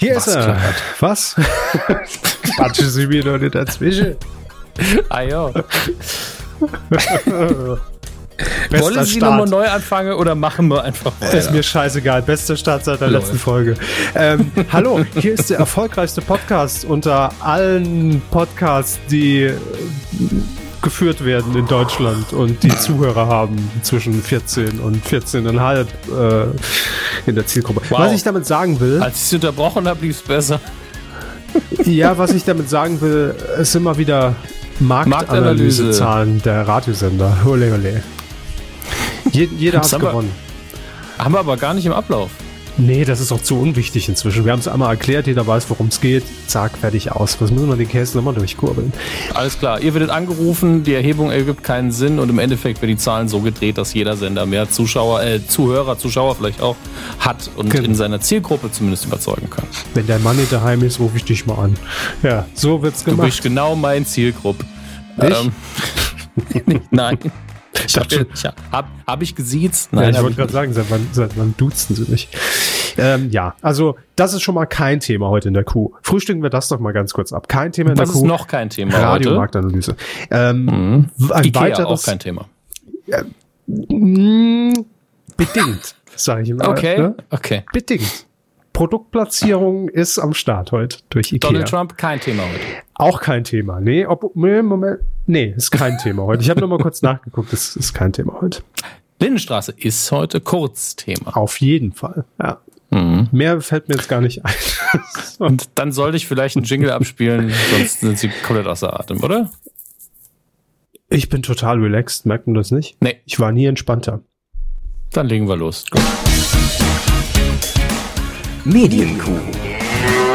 Hier ist er. Was? Quatschen Sie mir doch nicht dazwischen. Ah ja. Wollen Sie nochmal neu anfangen oder machen wir einfach weiter? Ist mir scheißegal. Bester Start seit der Läuft. letzten Folge. Ähm, hallo, hier ist der erfolgreichste Podcast unter allen Podcasts, die äh, geführt werden in Deutschland und die Zuhörer haben zwischen 14 und 14,5 äh, in der Zielgruppe. Wow. Was ich damit sagen will, Als ich es unterbrochen habe, lief es besser. ja, was ich damit sagen will, ist immer wieder Marktanalyse. Marktanalyse-Zahlen der Radiosender. Ole, ole. Je, jeder hat haben wir- gewonnen. Haben wir aber gar nicht im Ablauf. Nee, das ist auch zu unwichtig inzwischen. Wir haben es einmal erklärt, jeder weiß, worum es geht. Zack, fertig aus. Was müssen wir den Käse nochmal durchkurbeln? Alles klar, ihr werdet angerufen, die Erhebung ergibt keinen Sinn und im Endeffekt werden die Zahlen so gedreht, dass jeder Sender mehr Zuschauer, äh, Zuhörer, Zuschauer vielleicht auch hat und Genau. in seiner Zielgruppe zumindest überzeugen kann. Wenn der Mann nicht daheim ist, rufe ich dich mal an. Ja, so wird's Du gemacht. bist genau mein Zielgruppe. Ich? nein. Ich dachte habe hab, hab ich gesiezt? Ja, Nein, ich hab wollte gerade sagen, seit wann, seit wann duzen sie mich? Ähm, ja, also das ist schon mal kein Thema heute in der Kuh. Frühstücken wir das doch mal ganz kurz ab. Kein Thema in das der ist Kuh. noch kein Thema heute. Mhm. Radiomarktanalyse. Ähm, Ein Ikea auch weiteres kein Thema. Mm, bedingt, sage ich mal. Okay, Ne? okay. Bedingt. Produktplatzierung ist am Start heute durch Ikea. Donald Trump kein Thema heute. Auch kein Thema. Nee, ob, nee, Moment. Nee, ist kein Thema heute. Ich habe nur mal kurz nachgeguckt, es ist kein Thema heute. Lindenstraße ist heute Kurzthema. Auf jeden Fall. Ja. Mhm. Mehr fällt mir jetzt gar nicht ein. So. Und dann sollte ich vielleicht einen Jingle abspielen, sonst sind sie komplett außer Atem, oder? ich bin total relaxed, merkt man das nicht? Nee, Ich war nie entspannter. dann legen wir los. Gut. Medienkuh.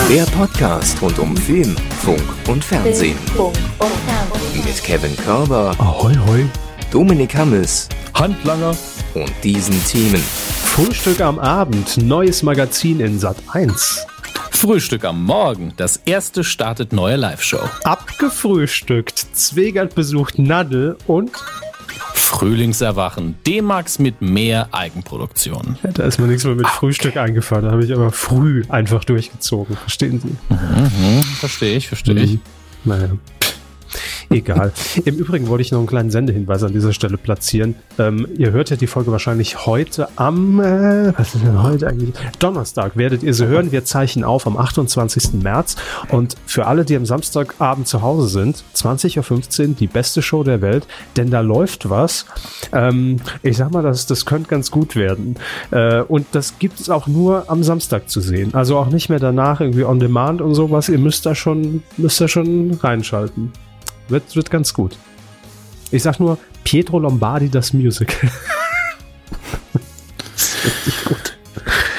Der Podcast rund um Film, Funk und Fernsehen. Funk und Fernsehen. Mit Kevin Körber, Ahoi, hoi. Dominik Hammes Handlanger. und diesen Themen. Frühstück am Abend, neues Magazin in Sat 1. Frühstück am Morgen. Das erste startet neue Live-Show. Abgefrühstückt, Zwegert besucht Nadel und Frühlingserwachen. D-Max mit mehr Eigenproduktion. Ja, Da ist mir nichts mehr mit Frühstück eingefallen. Da habe ich aber früh einfach durchgezogen. Verstehen Sie? Mhm. Verstehe ich, verstehe ich. Naja. Egal. Im Übrigen wollte ich noch einen kleinen Sendehinweis an dieser Stelle platzieren. Ähm, ihr hört ja die Folge wahrscheinlich heute am, äh, was ist denn heute eigentlich? Donnerstag werdet ihr sie hören. Wir zeichnen auf am 28. März. Und für alle, die am Samstagabend zu Hause sind, 20.15 Uhr, die beste Show der Welt, denn da läuft was. Ähm, ich sag mal, das, das könnte ganz gut werden. Äh, und das gibt es auch nur am Samstag zu sehen. Also auch nicht mehr danach irgendwie on demand und sowas. Ihr müsst da schon, müsst da schon reinschalten. Wird, wird ganz gut. Ich sag nur Pietro Lombardi das Musical. das ist richtig gut.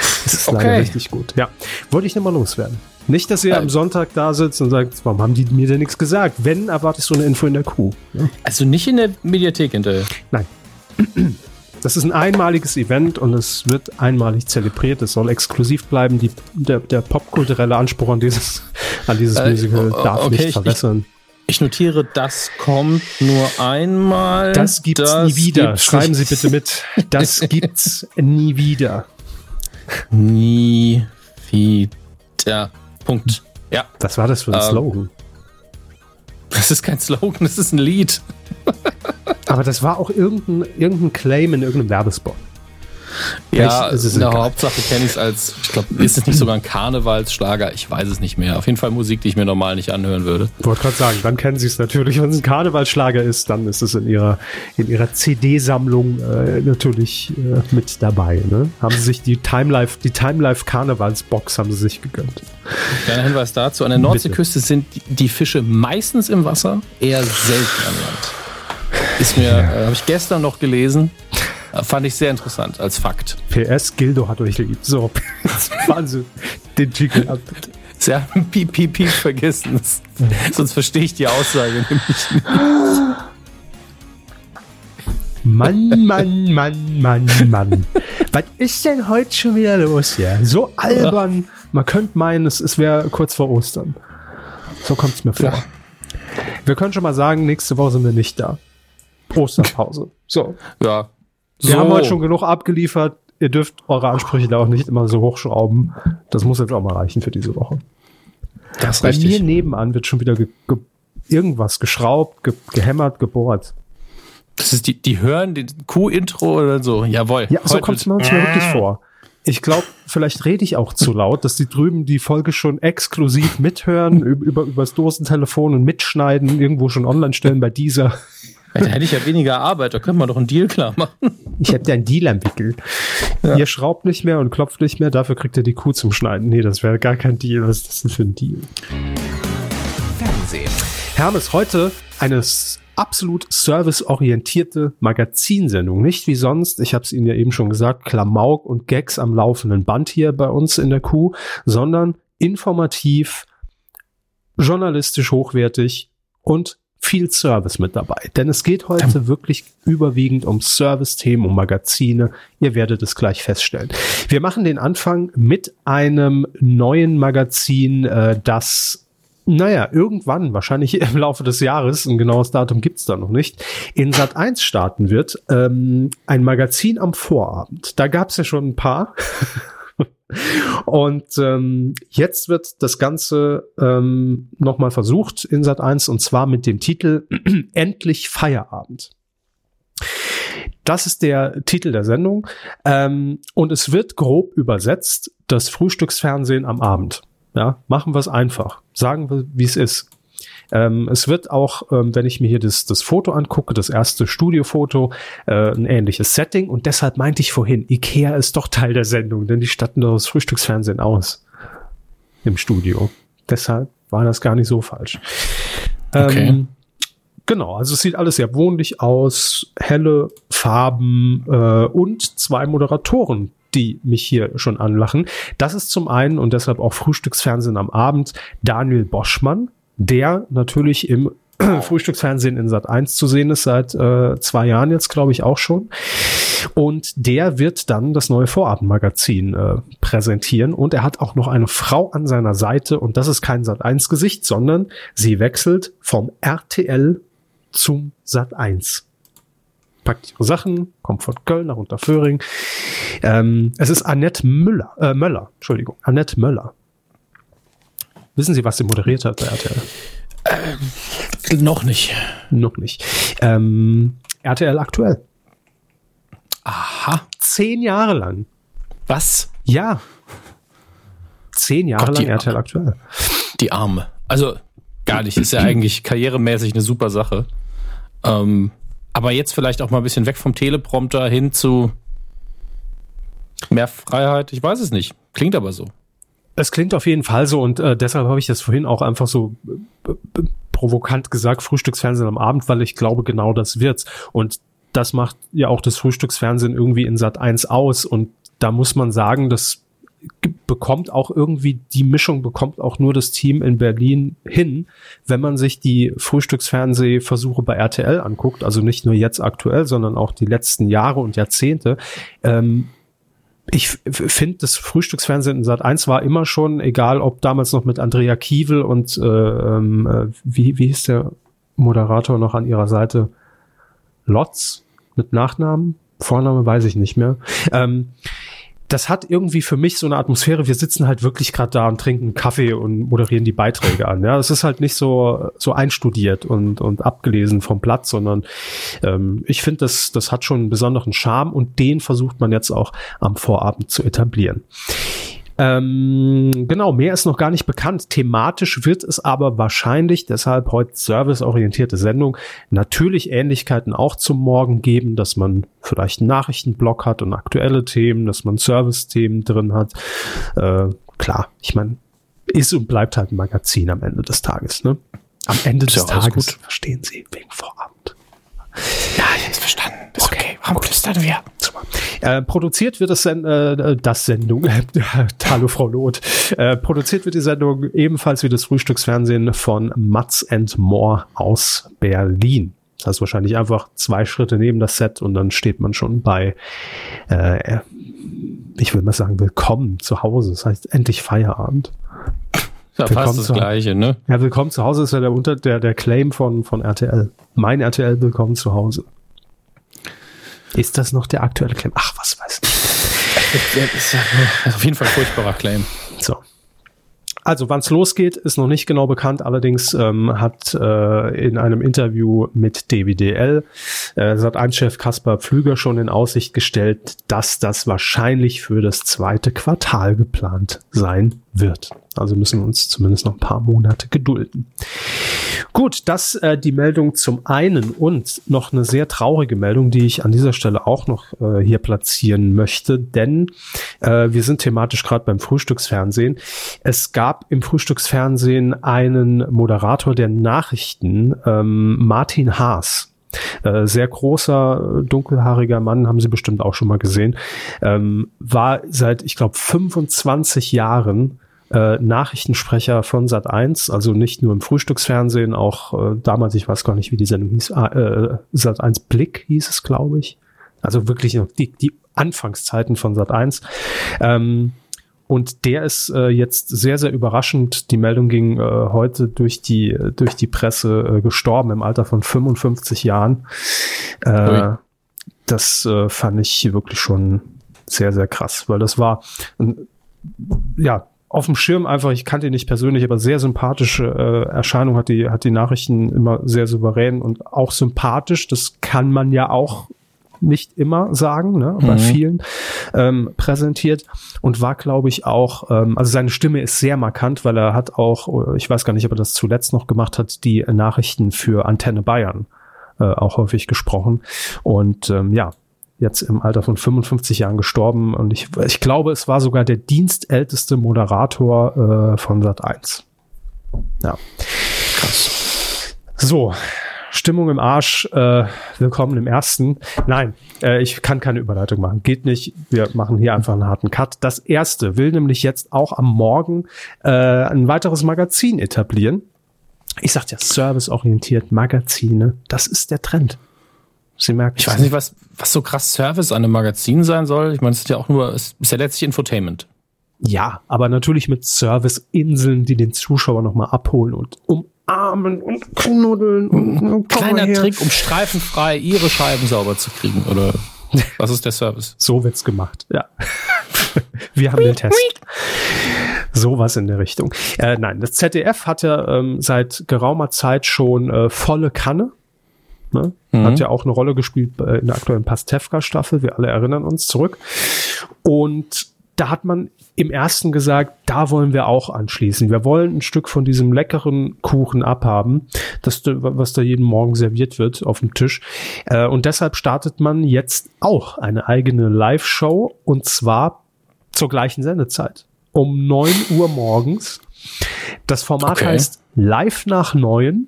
Das ist leider Okay. richtig gut. Ja, wollte ich nochmal loswerden. Nicht, dass ihr Äh. am Sonntag da sitzt und sagt, warum haben die mir denn nichts gesagt? Wenn, erwarte ich so eine Info in der Kuh. Also nicht in der Mediathek hinterher. Das ist ein einmaliges Event und es wird einmalig zelebriert. Es soll exklusiv bleiben. Die, der, der popkulturelle Anspruch an dieses, an dieses Äh, Musical o- o- darf okay, ich- nicht ich- verwässern. Ich notiere, das kommt nur einmal. das gibt's nie wieder. gibt's Schreiben nicht. Sie bitte mit. Das gibt's nie wieder. Nie wieder. Punkt. Ja, Das war das für ein Ähm. Slogan. das ist kein Slogan, das ist ein Lied. Aber das war auch irgendein, irgendein Claim in irgendeinem Werbespot. Ja, Echt? Es ist in der egal. Hauptsache kenne ich es als, ich glaube, ist es nicht sogar ein Karnevalsschlager? Ich weiß es nicht mehr. Auf jeden Fall Musik, die ich mir normal nicht anhören würde. Wollte gerade sagen, dann kennen Sie es natürlich. Wenn es ein Karnevalsschlager ist, dann ist es in Ihrer, in ihrer CD-Sammlung äh, natürlich äh, mit dabei. Ne? Haben Sie sich die Timelife, die Timelife Karnevalsbox haben Sie sich gegönnt. Kleiner Hinweis dazu, an der Nordseeküste sind die- die Fische meistens im Wasser, eher selten am Land. Ist mir, äh, habe ich gestern noch gelesen, Äh, fand ich sehr interessant als Fakt. PS, Gildo hat euch lieb. So, Wahnsinn. Den Jingle ab. Sie haben piep, piep, piep vergessen. Das- Sonst verstehe ich die Aussage nämlich. Mann, Mann, Mann, Mann, Mann. Was ist denn heute schon wieder los hier? So albern. Man könnte meinen, es, es wäre kurz vor Ostern. So kommt es mir vor. Wir können schon mal sagen, nächste Woche sind wir nicht da. Osterpause. So. Ja. Wir haben heute schon genug abgeliefert. ihr dürft eure Ansprüche da auch nicht immer so hochschrauben. Das muss jetzt auch mal reichen für diese Woche. Das Bei mir nebenan wird schon wieder ge ge irgendwas geschraubt, ge gehämmert, gebohrt. Das ist die, die hören den Q-Intro oder so. Jawohl. Ja, so Heute kommt es mir manchmal wirklich vor. Ich glaube, vielleicht rede ich auch zu laut, dass die drüben die Folge schon exklusiv mithören, üb- über, übers Dosentelefon und mitschneiden, irgendwo schon online stellen bei dieser. Da hätte ich ja weniger Arbeit, da könnte man doch einen Deal klar machen. Ich hab ja einen Deal am Wickel. Ihr schraubt nicht mehr und klopft nicht mehr, dafür kriegt ihr die Kuh zum Schneiden. Nee, das wäre gar kein Deal. Was ist das denn für ein Deal? Fernsehen. Hermes, heute eine s- absolut serviceorientierte Magazinsendung. Nicht wie sonst, ich habe es Ihnen ja eben schon gesagt, Klamauk und Gags am laufenden Band hier bei uns in der Kuh, sondern informativ, journalistisch hochwertig und viel Service mit dabei. Denn es geht heute wirklich überwiegend um Service-Themen, um Magazine. Ihr werdet es gleich feststellen. Wir machen den Anfang mit einem neuen Magazin, äh, das naja, irgendwann, wahrscheinlich im Laufe des Jahres, ein genaues Datum gibt's da noch nicht, in Sat 1 starten wird. Ähm, ein Magazin am Vorabend. Da gab's ja schon ein paar. und ähm, jetzt wird das Ganze ähm, nochmal versucht in Sat 1 und zwar mit dem Titel Endlich Feierabend. Das ist der Titel der Sendung. Ähm, und es wird grob übersetzt, das Frühstücksfernsehen am Abend. Ja, machen wir es einfach. Sagen wir, wie es ist. Ähm, es wird auch, ähm, wenn ich mir hier das, das Foto angucke, das erste Studiofoto, äh, ein ähnliches Setting. Und deshalb meinte ich vorhin, Ikea ist doch Teil der Sendung, denn die statten doch das Frühstücksfernsehen aus im Studio. Deshalb war das gar nicht so falsch. Okay. Ähm, genau, also es sieht alles sehr wohnlich aus, helle Farben äh, und zwei Moderatoren, die mich hier schon anlachen. Das ist zum einen und deshalb auch Frühstücksfernsehen am Abend Daniel Boschmann, der natürlich im Frühstücksfernsehen in Sat 1 zu sehen ist, seit äh, zwei Jahren jetzt, glaube ich, auch schon. Und der wird dann das neue Vorabendmagazin äh, präsentieren. Und er hat auch noch eine Frau an seiner Seite. Und das ist kein Sat1-Gesicht, sondern sie wechselt vom RTL zum Sat1. Packt ihre Sachen, kommt von Köln nach Unterföhring. Ähm, es ist Annette Müller, äh, Möller, Entschuldigung, Annette Möller. Wissen Sie, was sie moderiert hat bei RTL? Noch nicht. Noch nicht. Ähm, RTL aktuell. Aha. Zehn Jahre lang. Was? Ja. Zehn Jahre Gott, die lang RTL aktuell. Die Arme. Also, gar nicht. Ist ja eigentlich karrieremäßig eine super Sache. Ähm, aber jetzt vielleicht auch mal ein bisschen weg vom Teleprompter hin zu mehr Freiheit. Ich weiß es nicht. Klingt aber so. Es klingt auf jeden Fall so und äh, deshalb habe ich das vorhin auch einfach so äh, b- provokant gesagt, Frühstücksfernsehen am Abend, weil ich glaube, genau das wird's. Und das macht ja auch das Frühstücksfernsehen irgendwie in Sat 1 aus und da muss man sagen, das ge- bekommt auch irgendwie die Mischung bekommt auch nur das Team in Berlin hin, wenn man sich die Frühstücksfernsehversuche bei RTL anguckt, also nicht nur jetzt aktuell, sondern auch die letzten Jahre und Jahrzehnte. Ähm, ich f- f- finde, das Frühstücksfernsehen in Sat 1 war immer schon, egal ob damals noch mit Andrea Kiewel und äh, ähm, äh, wie, wie hieß der Moderator noch an ihrer Seite? Lotz mit Nachnamen? Vorname weiß ich nicht mehr. Ähm, das hat irgendwie für mich so eine Atmosphäre, wir sitzen halt wirklich gerade da und trinken einen Kaffee und moderieren die Beiträge an. Ja, es ist halt nicht so, so einstudiert und, und abgelesen vom Blatt, sondern ähm, ich finde, das, das hat schon einen besonderen Charme und den versucht man jetzt auch am Vorabend zu etablieren. Ähm, genau, mehr ist noch gar nicht bekannt. Thematisch wird es aber wahrscheinlich, deshalb heute serviceorientierte Sendung, natürlich Ähnlichkeiten auch zum Morgen geben, dass man vielleicht einen Nachrichtenblock hat und aktuelle Themen, dass man Service-Themen drin hat. Äh, klar, ich meine, ist und bleibt halt ein Magazin am Ende des Tages. Ne? Am Ende Ist ja des alles Tages, gut. verstehen Sie, wegen Vorabend. Ja, ich hab's verstanden. Ist okay. Warum flüstern wir? Super. Äh, produziert wird das, Sen äh, das Sendung, hallo Frau Loth, äh, produziert wird die Sendung ebenfalls wie das Frühstücksfernsehen von Mats and More aus Berlin. Das heißt wahrscheinlich einfach zwei Schritte neben das Set und dann steht man schon bei, äh, ich will mal sagen, willkommen zu Hause. Das heißt endlich Feierabend. Da Willkommen passt das zu- Gleiche, ne? Ja, willkommen zu Hause ist ja der, Unter der, der Claim von, von RTL. Mein RTL, willkommen zu Hause. Ist das noch der aktuelle Claim? Ach, was weiß ich. Das ist auf jeden Fall ein furchtbarer Claim. So. Also, wann es losgeht, ist noch nicht genau bekannt. Allerdings ähm, hat äh, in einem Interview mit DWDL äh, Sat1-Chef Kaspar Pflüger schon in Aussicht gestellt, dass das wahrscheinlich für das zweite Quartal geplant sein wird. Also müssen wir uns zumindest noch ein paar Monate gedulden. Gut, das äh, die Meldung zum einen und noch eine sehr traurige Meldung, die ich an dieser Stelle auch noch äh, hier platzieren möchte, denn äh, wir sind thematisch gerade beim Frühstücksfernsehen. Es gab im Frühstücksfernsehen einen Moderator der Nachrichten, ähm, Martin Haas. Äh, sehr großer, äh, dunkelhaariger Mann, haben Sie bestimmt auch schon mal gesehen. Ähm, war seit, ich glaube, 25 Jahren äh, Nachrichtensprecher von Sat 1, also nicht nur im Frühstücksfernsehen, auch äh, damals, ich weiß gar nicht, wie die Sendung hieß, äh, Sat 1 Blick hieß es, glaube ich. Also wirklich noch die, die Anfangszeiten von Sat 1. Ähm, und der ist äh, jetzt sehr, sehr überraschend. Die Meldung ging äh, heute durch die, durch die Presse äh, gestorben im Alter von 55 Jahren. Äh, Ui. das äh, fand ich wirklich schon sehr, sehr krass, weil das war, ein- ja, auf dem Schirm einfach, ich kannte ihn nicht persönlich, aber sehr sympathische äh, Erscheinung hat die, hat die Nachrichten immer sehr souverän und auch sympathisch. Das kann man ja auch nicht immer sagen, ne, bei Mhm. vielen ähm, präsentiert und war, glaube ich, auch, ähm, also seine Stimme ist sehr markant, weil er hat auch, äh, ich weiß gar nicht, ob er das zuletzt noch gemacht hat, die Nachrichten für Antenne Bayern äh, auch häufig gesprochen. Und ähm, ja, jetzt im Alter von 55 Jahren gestorben und ich, ich glaube, es war sogar der dienstälteste Moderator äh, von Sat 1. Ja. Krass. So, Stimmung im Arsch, äh, willkommen im ersten. Nein, äh, ich kann keine Überleitung machen. Geht nicht. Wir machen hier einfach einen harten Cut. Das erste will nämlich jetzt auch am Morgen äh, ein weiteres Magazin etablieren. Ich sag ja, serviceorientiert, Magazine, das ist der Trend. Sie merken, Ich weiß nicht, was, was so krass Service an einem Magazin sein soll. Ich meine, es ist ja auch nur, es ist ja letztlich Infotainment. Ja, aber natürlich mit Serviceinseln, die den Zuschauer nochmal abholen und umarmen und knuddeln und und komm mal Hm, Kleiner her. Trick, um streifenfrei ihre Scheiben sauber zu kriegen, oder? Was ist der Service? So wird's gemacht. Ja. Wir haben den Test. Sowas in der Richtung. Äh, nein, das ZDF hat ja ähm, seit geraumer Zeit schon äh, volle Kanne. Ne? Hat ja auch eine Rolle gespielt äh, in der aktuellen Pastewka-Staffel. Wir alle erinnern uns zurück. Und da hat man im ersten gesagt, da wollen wir auch anschließen. Wir wollen ein Stück von diesem leckeren Kuchen abhaben, das, da- was da jeden Morgen serviert wird auf dem Tisch. Äh, Und deshalb startet man jetzt auch eine eigene Live-Show und zwar zur gleichen Sendezeit. Um 9 Uhr morgens. Das Format Okay. heißt Live nach 9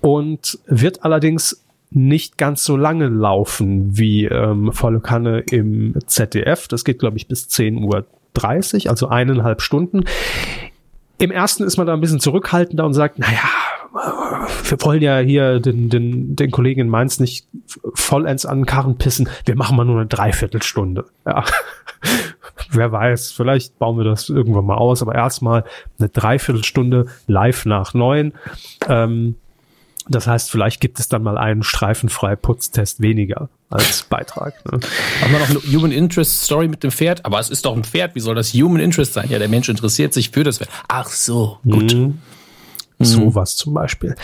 und wird allerdings nicht ganz so lange laufen wie ähm, volle Kanne im ZDF. Das geht, glaube ich, bis 10.30 Uhr, also eineinhalb Stunden. Im ersten ist man da ein bisschen zurückhaltender und sagt, naja, wir wollen ja hier den, den, den Kollegen in Mainz nicht vollends an den Karren pissen. Wir machen mal nur eine Dreiviertelstunde. Ja. Wer weiß, vielleicht bauen wir das irgendwann mal aus, aber erstmal eine Dreiviertelstunde live nach neun. Ähm, das heißt, vielleicht gibt es dann mal einen streifenfrei Putztest weniger als Beitrag. Ne? Haben wir noch eine Human Interest Story mit dem Pferd? Aber es ist doch ein Pferd. Wie soll das Human Interest sein? Ja, der Mensch interessiert sich für das Pferd. Ach so, gut. Mhm. Sowas zum Beispiel.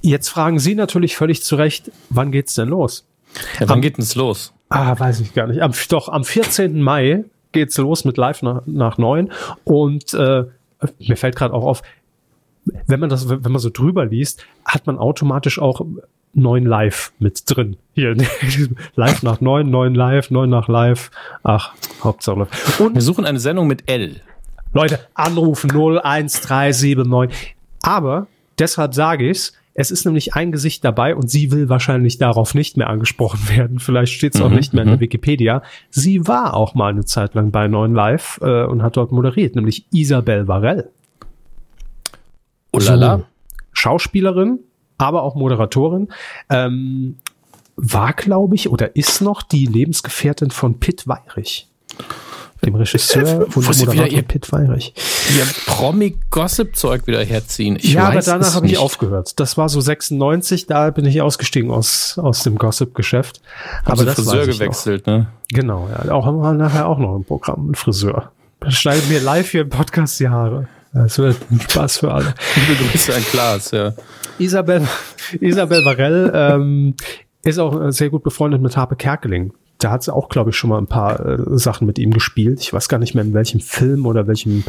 Jetzt fragen Sie natürlich völlig zu Recht, wann geht's denn los? Ja, wann geht den's los? Ah, weiß ich gar nicht. Am, doch, am 14. Mai geht's los mit Live nach, nach 9. Und äh, mir fällt gerade auch auf, wenn man das, wenn man so drüber liest, hat man automatisch auch neun live mit drin. Hier, live nach neun, neun live, neun nach live. Ach, Hauptsache. live. Und Wir suchen eine Sendung mit L. Leute, Anruf 01379. Aber deshalb sage ich's. es ist nämlich ein Gesicht dabei und sie will wahrscheinlich darauf nicht mehr angesprochen werden. Vielleicht steht's Mhm, auch nicht mehr in der Wikipedia. Sie war auch mal eine Zeit lang bei 9 Live äh, und hat dort moderiert, nämlich Isabel Varell. Oh la la. Schauspielerin, aber auch Moderatorin. Ähm, war, glaube ich, oder ist noch die Lebensgefährtin von Pitt Weirich. dem Regisseur und Äh, Wo sie wieder Moderator ihr- Pitt Weinreich. Ihr Promi-Gossip-Zeug wieder herziehen. Ich ja, aber weiß es danach habe ich nicht. aufgehört. Das war so 96, da bin ich ausgestiegen aus, aus dem Gossip-Geschäft. Haben Aber sie das Friseur weiß ich noch. gewechselt, ne? Genau, ja. Auch haben wir nachher auch noch im Programm einen Friseur. Das schneidet mir live hier im Podcast die Haare. Das wird Spaß für alle. Liebe Grüße an Klaas, ja. Isabel, Isabel Varell ähm, ist auch äh, sehr gut befreundet mit Harpe Kerkeling. Da hat sie auch, glaube ich, schon mal ein paar äh, Sachen mit ihm gespielt. Ich weiß gar nicht mehr, in welchem Film oder welchem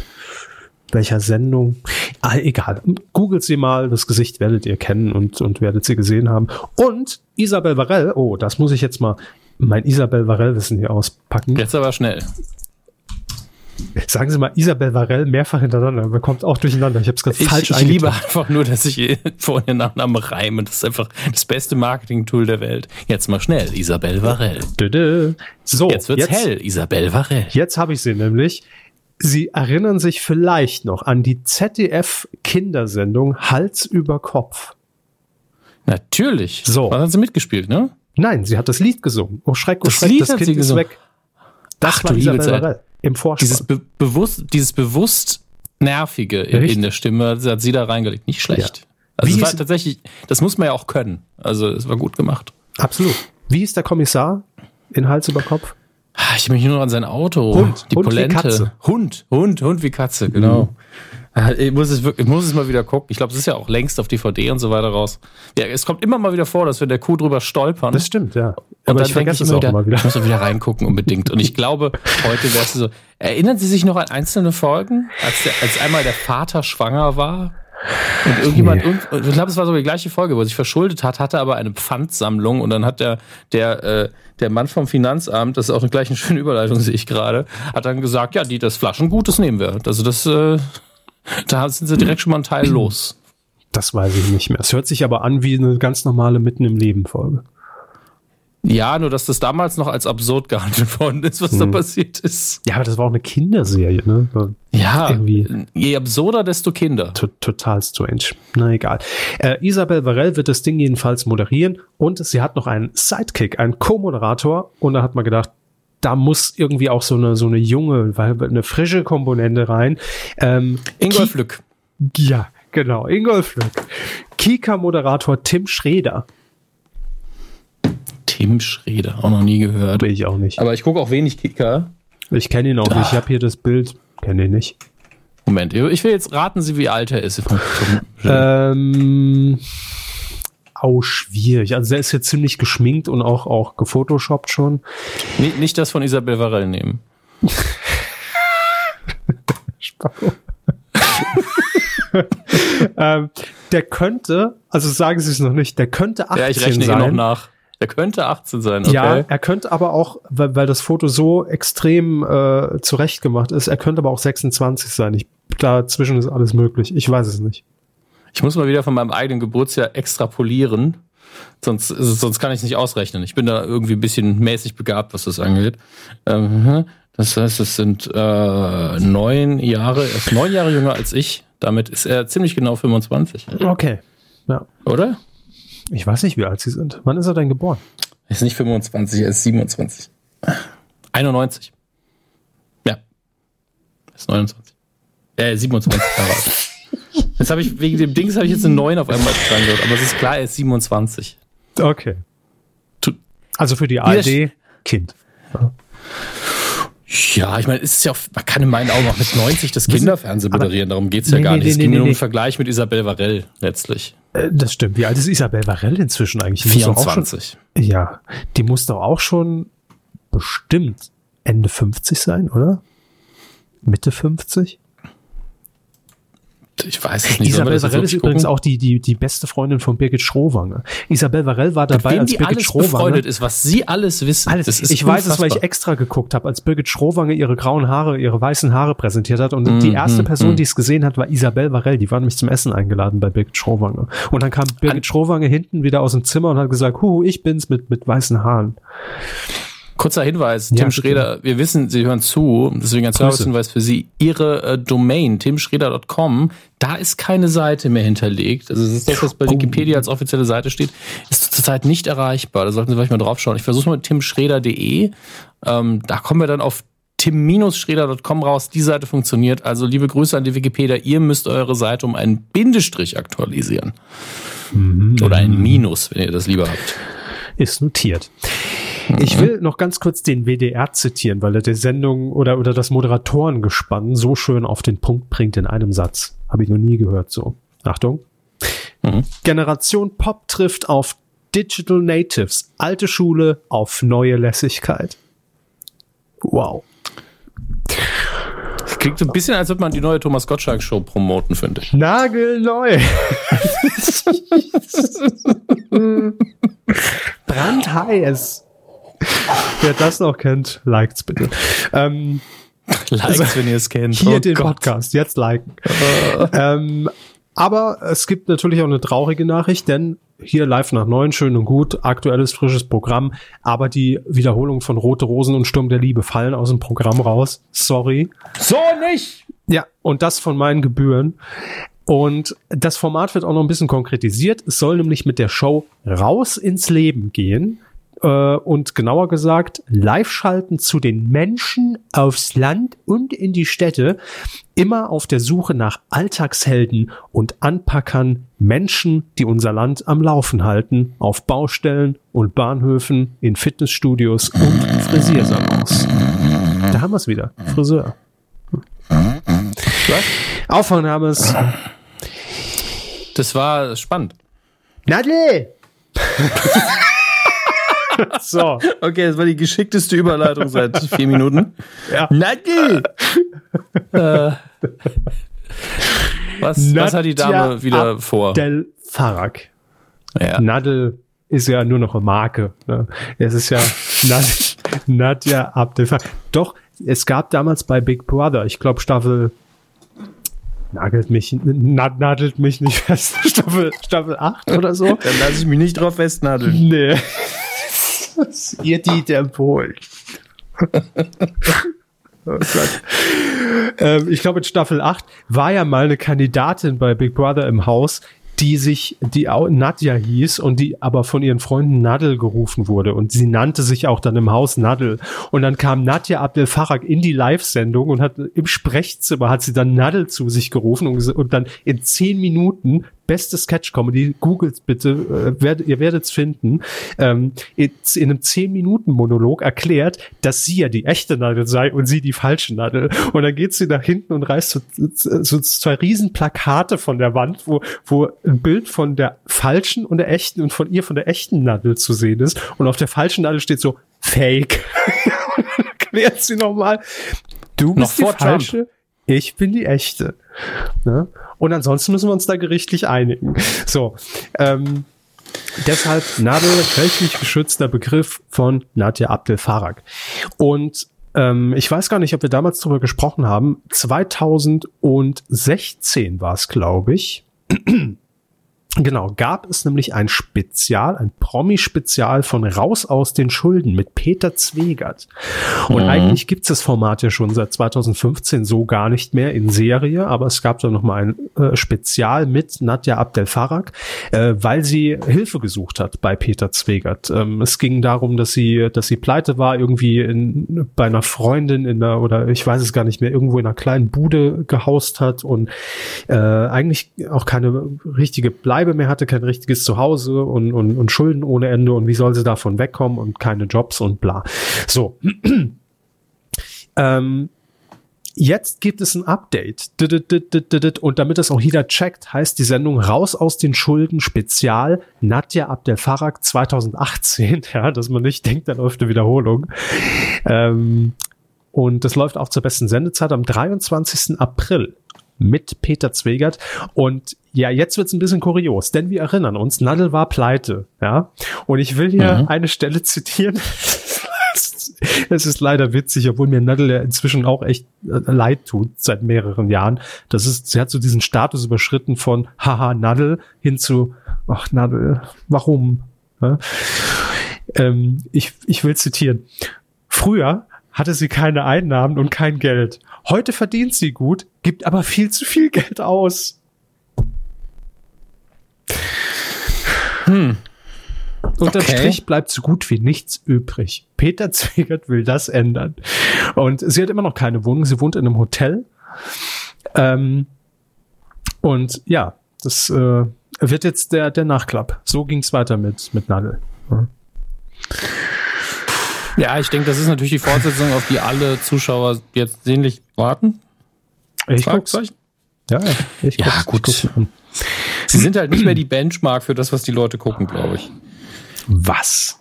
welcher Sendung. Ah, egal. Googelt sie mal, das Gesicht werdet ihr kennen und, und werdet sie gesehen haben. Und Isabel Varell, oh, das muss ich jetzt mal mein Isabel Varell-Wissen hier auspacken. Jetzt aber schnell. Sagen Sie mal Isabel Varell mehrfach hintereinander, man kommt auch durcheinander. Ich habe es gerade Ich, falsch ich liebe eingetippt. einfach nur, dass ich vor und den Nachnamen reime. Das ist einfach das beste Marketing-Tool der Welt. Jetzt mal schnell, Isabel Varell. Dödö. So, Jetzt wird's hell, Isabel Varell. Jetzt habe ich sie nämlich. Sie erinnern sich vielleicht noch an die ZDF-Kindersendung Hals über Kopf. Natürlich. So. Was hat sie mitgespielt, ne? Nein, sie hat das Lied gesungen. Oh Schreck, oh Das Schreck, Lied das hat Kind sie ist gesungen. weg. Das Ach, war du liebe Isabel Zeit. Varell im Vorspann. Dieses be bewusst, dieses bewusst nervige in, Richtig. in der Stimme das hat sie da reingelegt. Nicht schlecht. Ja. Also Wie es war ist- tatsächlich, das muss man ja auch können. Also es war gut gemacht. Absolut. Wie ist der Kommissar in Hals über Kopf? Ah, Ich mich nur noch an sein Auto. Hund, die Hund wie Polente. Katze. Mhm. Hund, Hund, Hund wie Katze, genau. Ah, Ich muss es wirklich, ich muss es mal wieder gucken. Ich glaube, es ist ja auch längst auf DVD und so weiter raus. Ja, es kommt immer mal wieder vor, dass wir der Kuh drüber stolpern. Das stimmt, ja. Und Aber ich dann denke ich vergesse es immer auch wieder, immer wieder. ich muss da wieder reingucken unbedingt. Und ich glaube, heute wärst du so, erinnern Sie sich noch an einzelne Folgen, als, der, als einmal der Vater schwanger war? Und irgendjemand, und, und ich glaube, es war so die gleiche Folge, wo er sich verschuldet hat, hatte aber eine Pfandsammlung und dann hat der, der, äh, der Mann vom Finanzamt, das ist auch gleich eine schöne Überleitung, sehe ich gerade, hat dann gesagt, ja, die, das Flaschengut, das nehmen wir. Also das, äh, da sind sie direkt schon mal einen Teil los. Das weiß ich nicht mehr. Es hört sich aber an wie eine ganz normale Mitten im Leben Folge. Ja, nur dass das damals noch als absurd gehandelt worden ist, Hm. was da passiert ist. Ja, aber das war auch eine Kinderserie, ne? So Ja, Irgendwie. je absurder, desto Kinder. to- total strange. Na egal. Äh, Isabel Varell wird das Ding jedenfalls moderieren und sie hat noch einen Sidekick, einen Co-Moderator. Und da hat man gedacht, da muss irgendwie auch so eine, so eine junge, weil eine frische Komponente rein. Ähm, Ingolf Lück. Ki- Ja, genau. Ingolf Lück. Kika-Moderator Tim Schreder. Tim Schreder, auch noch nie gehört. Bin ich auch nicht. Aber ich gucke auch wenig Kicker. Ich kenne ihn auch nicht. Ich habe hier das Bild. Kenne ihn nicht. Moment, ich will jetzt raten Sie, wie alt er ist. Ähm, auch schwierig. Also der ist jetzt ziemlich geschminkt und auch, auch gefotoshoppt schon. Nicht, nicht das von Isabel Varell nehmen. ähm, der könnte, also sagen Sie es noch nicht, der könnte 18 Ja, ich rechne ihn sein. noch nach. Er könnte 18 sein, okay? Ja, er könnte aber auch, weil, weil das Foto so extrem äh, zurechtgemacht ist, er könnte aber auch 26 sein. Ich, dazwischen ist alles möglich. Ich weiß es nicht. Ich muss mal wieder von meinem eigenen Geburtsjahr extrapolieren. Sonst, sonst kann ich es nicht ausrechnen. Ich bin da irgendwie ein bisschen mäßig begabt, was das angeht. Ähm, das heißt, es sind äh, neun Jahre, er ist neun Jahre jünger als ich. Damit ist er ziemlich genau 25, Okay. Ja. oder? Ich weiß nicht, wie alt Sie sind. Wann ist er denn geboren? Er ist nicht 25, er ist 27. 91. Ja. Er ist 29. Äh, 27 Jahre alt. Jetzt habe ich, wegen dem Dings habe ich jetzt eine 9 auf einmal dran gehört, aber es ist klar, er ist 27. Okay. Tu- Also für die Sch- ARD Kind. Ja, ich meine, es ist ja auch, man kann in meinen Augen auch mit 90 das Kinderfernsehen aber- moderieren, darum geht's ja Nee, gar nee, nicht. es nee, ging nee, nur um nee. den Vergleich mit Isabel Varell letztlich. Äh, das stimmt. Wie alt ist Isabel Varell inzwischen eigentlich? Die muss doch Auch schon, 24. Ja, die muss doch auch schon bestimmt Ende 50 sein, oder? Mitte 50? Ich weiß es nicht. sollen Isabel wir das jetzt Varell ist wirklich übrigens gucken? auch die, die, die beste Freundin von Birgit Schrowange. Isabel Varell war dabei, Wem als die Birgit alles Schrowange. befreundet ist, was sie alles wissen. Alles. das ist ich weiß es, weil ich unfassbar. extra geguckt habe, als Birgit Schrowange ihre grauen Haare, ihre weißen Haare präsentiert hat. Mhm, Und die erste Person, die es gesehen hat, war Isabel Varell. Die war nämlich zum Essen eingeladen bei Birgit Schrowange. Und dann kam Birgit An- Schrowange hinten wieder aus dem Zimmer und hat gesagt, Huhu, ich bin's mit, mit weißen Haaren. Kurzer Hinweis, Ja, Tim bitte. Schreder, wir wissen, Sie hören zu, deswegen ein Servicehinweis für Sie. Ihre äh, Domain, timschreder.com, da ist keine Seite mehr hinterlegt. Also das ist das, was bei Oh. Wikipedia als offizielle Seite steht, ist zurzeit nicht erreichbar. Da sollten Sie vielleicht mal draufschauen. Ich versuche mal mit timschreder.de. Ähm, da kommen wir dann auf tim-schreder.com raus. Die Seite funktioniert. Also liebe Grüße an die Wikipedia. Ihr müsst eure Seite um einen Bindestrich aktualisieren. Mhm. Oder ein Minus, wenn ihr das lieber habt. Ist notiert. Ich will noch ganz kurz den WDR zitieren, weil er die Sendung oder, oder das Moderatorengespann so schön auf den Punkt bringt in einem Satz. Habe ich noch nie gehört so. Achtung. Mhm. Generation Pop trifft auf Digital Natives. Alte Schule auf neue Lässigkeit. Wow. Das klingt so ein bisschen, als würde man die neue Thomas Gottschalk Show promoten, finde ich. Nagelneu. Brandheiß. Wer das noch kennt, liked's bitte. Ähm, Likes, wenn ihr es kennt. hier Oh den Gott. Podcast, jetzt liken. ähm, aber es gibt natürlich auch eine traurige Nachricht, denn hier live nach neun, schön und gut, aktuelles, frisches Programm, aber die Wiederholung von Rote Rosen und Sturm der Liebe fallen aus dem Programm raus. Sorry. So nicht! Ja, und das von meinen Gebühren. Und das Format wird auch noch ein bisschen konkretisiert. Es soll nämlich mit der Show raus ins Leben gehen. Äh, und genauer gesagt, live schalten zu den Menschen aufs Land und in die Städte. Immer auf der Suche nach Alltagshelden und Anpackern. Menschen, die unser Land am Laufen halten. Auf Baustellen und Bahnhöfen, in Fitnessstudios und Frisiersalons. Da haben wir es wieder. Friseur. Aufhören haben es. Das war spannend. Nadel! so, Okay, das war die geschickteste Überleitung seit vier Minuten. Ja. Nadel! äh, was, was hat die Dame Nadja wieder vor? Del Farag. Ja. Nadel ist ja nur noch eine Marke. Ne? Es ist ja Nad Nadja Abdel Farag. Doch, es gab damals bei Big Brother, ich glaube Staffel nagelt mich, nad nadelt mich nicht fest, Staffel, Staffel 8 oder so. Dann lasse ich mich nicht drauf festnadeln. Nee. Das ist Ihr Dieter empfohlen. Oh Gott. ähm, ich glaube, in Staffel 8 war ja mal eine Kandidatin bei Big Brother im Haus, die sich, die auch Nadja hieß und die aber von ihren Freunden Nadel gerufen wurde. Und sie nannte sich auch dann im Haus Nadel. Und dann kam Nadja Abdel Farag in die Live-Sendung und hat im Sprechzimmer hat sie dann Nadel zu sich gerufen und, ges- und dann in zehn Minuten beste Sketch-Comedy, googelt bitte, äh, werdet, ihr werdet's finden, ähm, in, in einem 10-Minuten-Monolog erklärt, dass sie ja die echte Nadel sei und sie die falsche Nadel. Und dann geht sie nach hinten und reißt so, so, so zwei riesen Plakate von der Wand, wo, wo ein Bild von der falschen und der echten und von ihr von der echten Nadel zu sehen ist. Und auf der falschen Nadel steht so Fake. und dann erklärt sie nochmal, du Noch bist die vor Trump. falsche, ich bin die echte. Ne? Und ansonsten müssen wir uns da gerichtlich einigen. So, ähm, deshalb Nadel, rechtlich geschützter Begriff von Nadja Abdel Farag. Und ähm, ich weiß gar nicht, ob wir damals drüber gesprochen haben. 2016 war es, glaube ich. Genau, gab es nämlich ein Spezial, ein Promi-Spezial von Raus aus den Schulden mit Peter Zwegert. Und eigentlich gibt es das Format ja schon seit 2015 so gar nicht mehr in Serie, aber es gab da nochmal ein äh, Spezial mit Nadja Abdel Farag, äh, weil sie Hilfe gesucht hat bei Peter Zwegert. Ähm, es ging darum, dass sie, dass sie pleite war, irgendwie in, bei einer Freundin in der, oder ich weiß es gar nicht mehr, irgendwo in einer kleinen Bude gehaust hat und äh, eigentlich auch keine richtige Bleibe mehr hatte, kein richtiges Zuhause und, und, und Schulden ohne Ende und wie soll sie davon wegkommen und keine Jobs und bla. So. ähm, jetzt gibt es ein Update. Didit, didit, didit, didit. Und damit das auch jeder checkt, heißt die Sendung Raus aus den Schulden Spezial Nadja Abdel Farag 2018. Ja, dass man nicht denkt, da läuft eine Wiederholung. Ähm, und das läuft auch zur besten Sendezeit am 23. April mit Peter Zwegert. Und ja, jetzt wird's ein bisschen kurios, denn wir erinnern uns, Nadel war pleite. Ja, und ich will hier eine Stelle zitieren. Es ist leider witzig, obwohl mir Nadel ja inzwischen auch echt äh, leid tut seit mehreren Jahren. Das ist, sie hat so diesen Status überschritten von Haha Nadel hin zu Ach Nadel, warum? Ja? Ähm, ich, ich will zitieren. Früher hatte sie keine Einnahmen und kein Geld. Heute verdient sie gut, gibt aber viel zu viel Geld aus. Unterm Okay. Strich bleibt so gut wie nichts übrig. Peter Zwegert will das ändern. Und sie hat immer noch keine Wohnung. Sie wohnt in einem Hotel. Ähm, und ja, das äh, wird jetzt der, der Nachklapp. So ging es weiter mit, mit Nadel. Ja, ich denke, das ist natürlich die Fortsetzung, auf die alle Zuschauer jetzt sehnlich warten. Ich guck's. Fragezeichen. Ja, ich Ja, guck's, gut. Ich guck's mir an. Sie sind halt nicht mehr die Benchmark für das, was die Leute gucken, glaube ich. Was?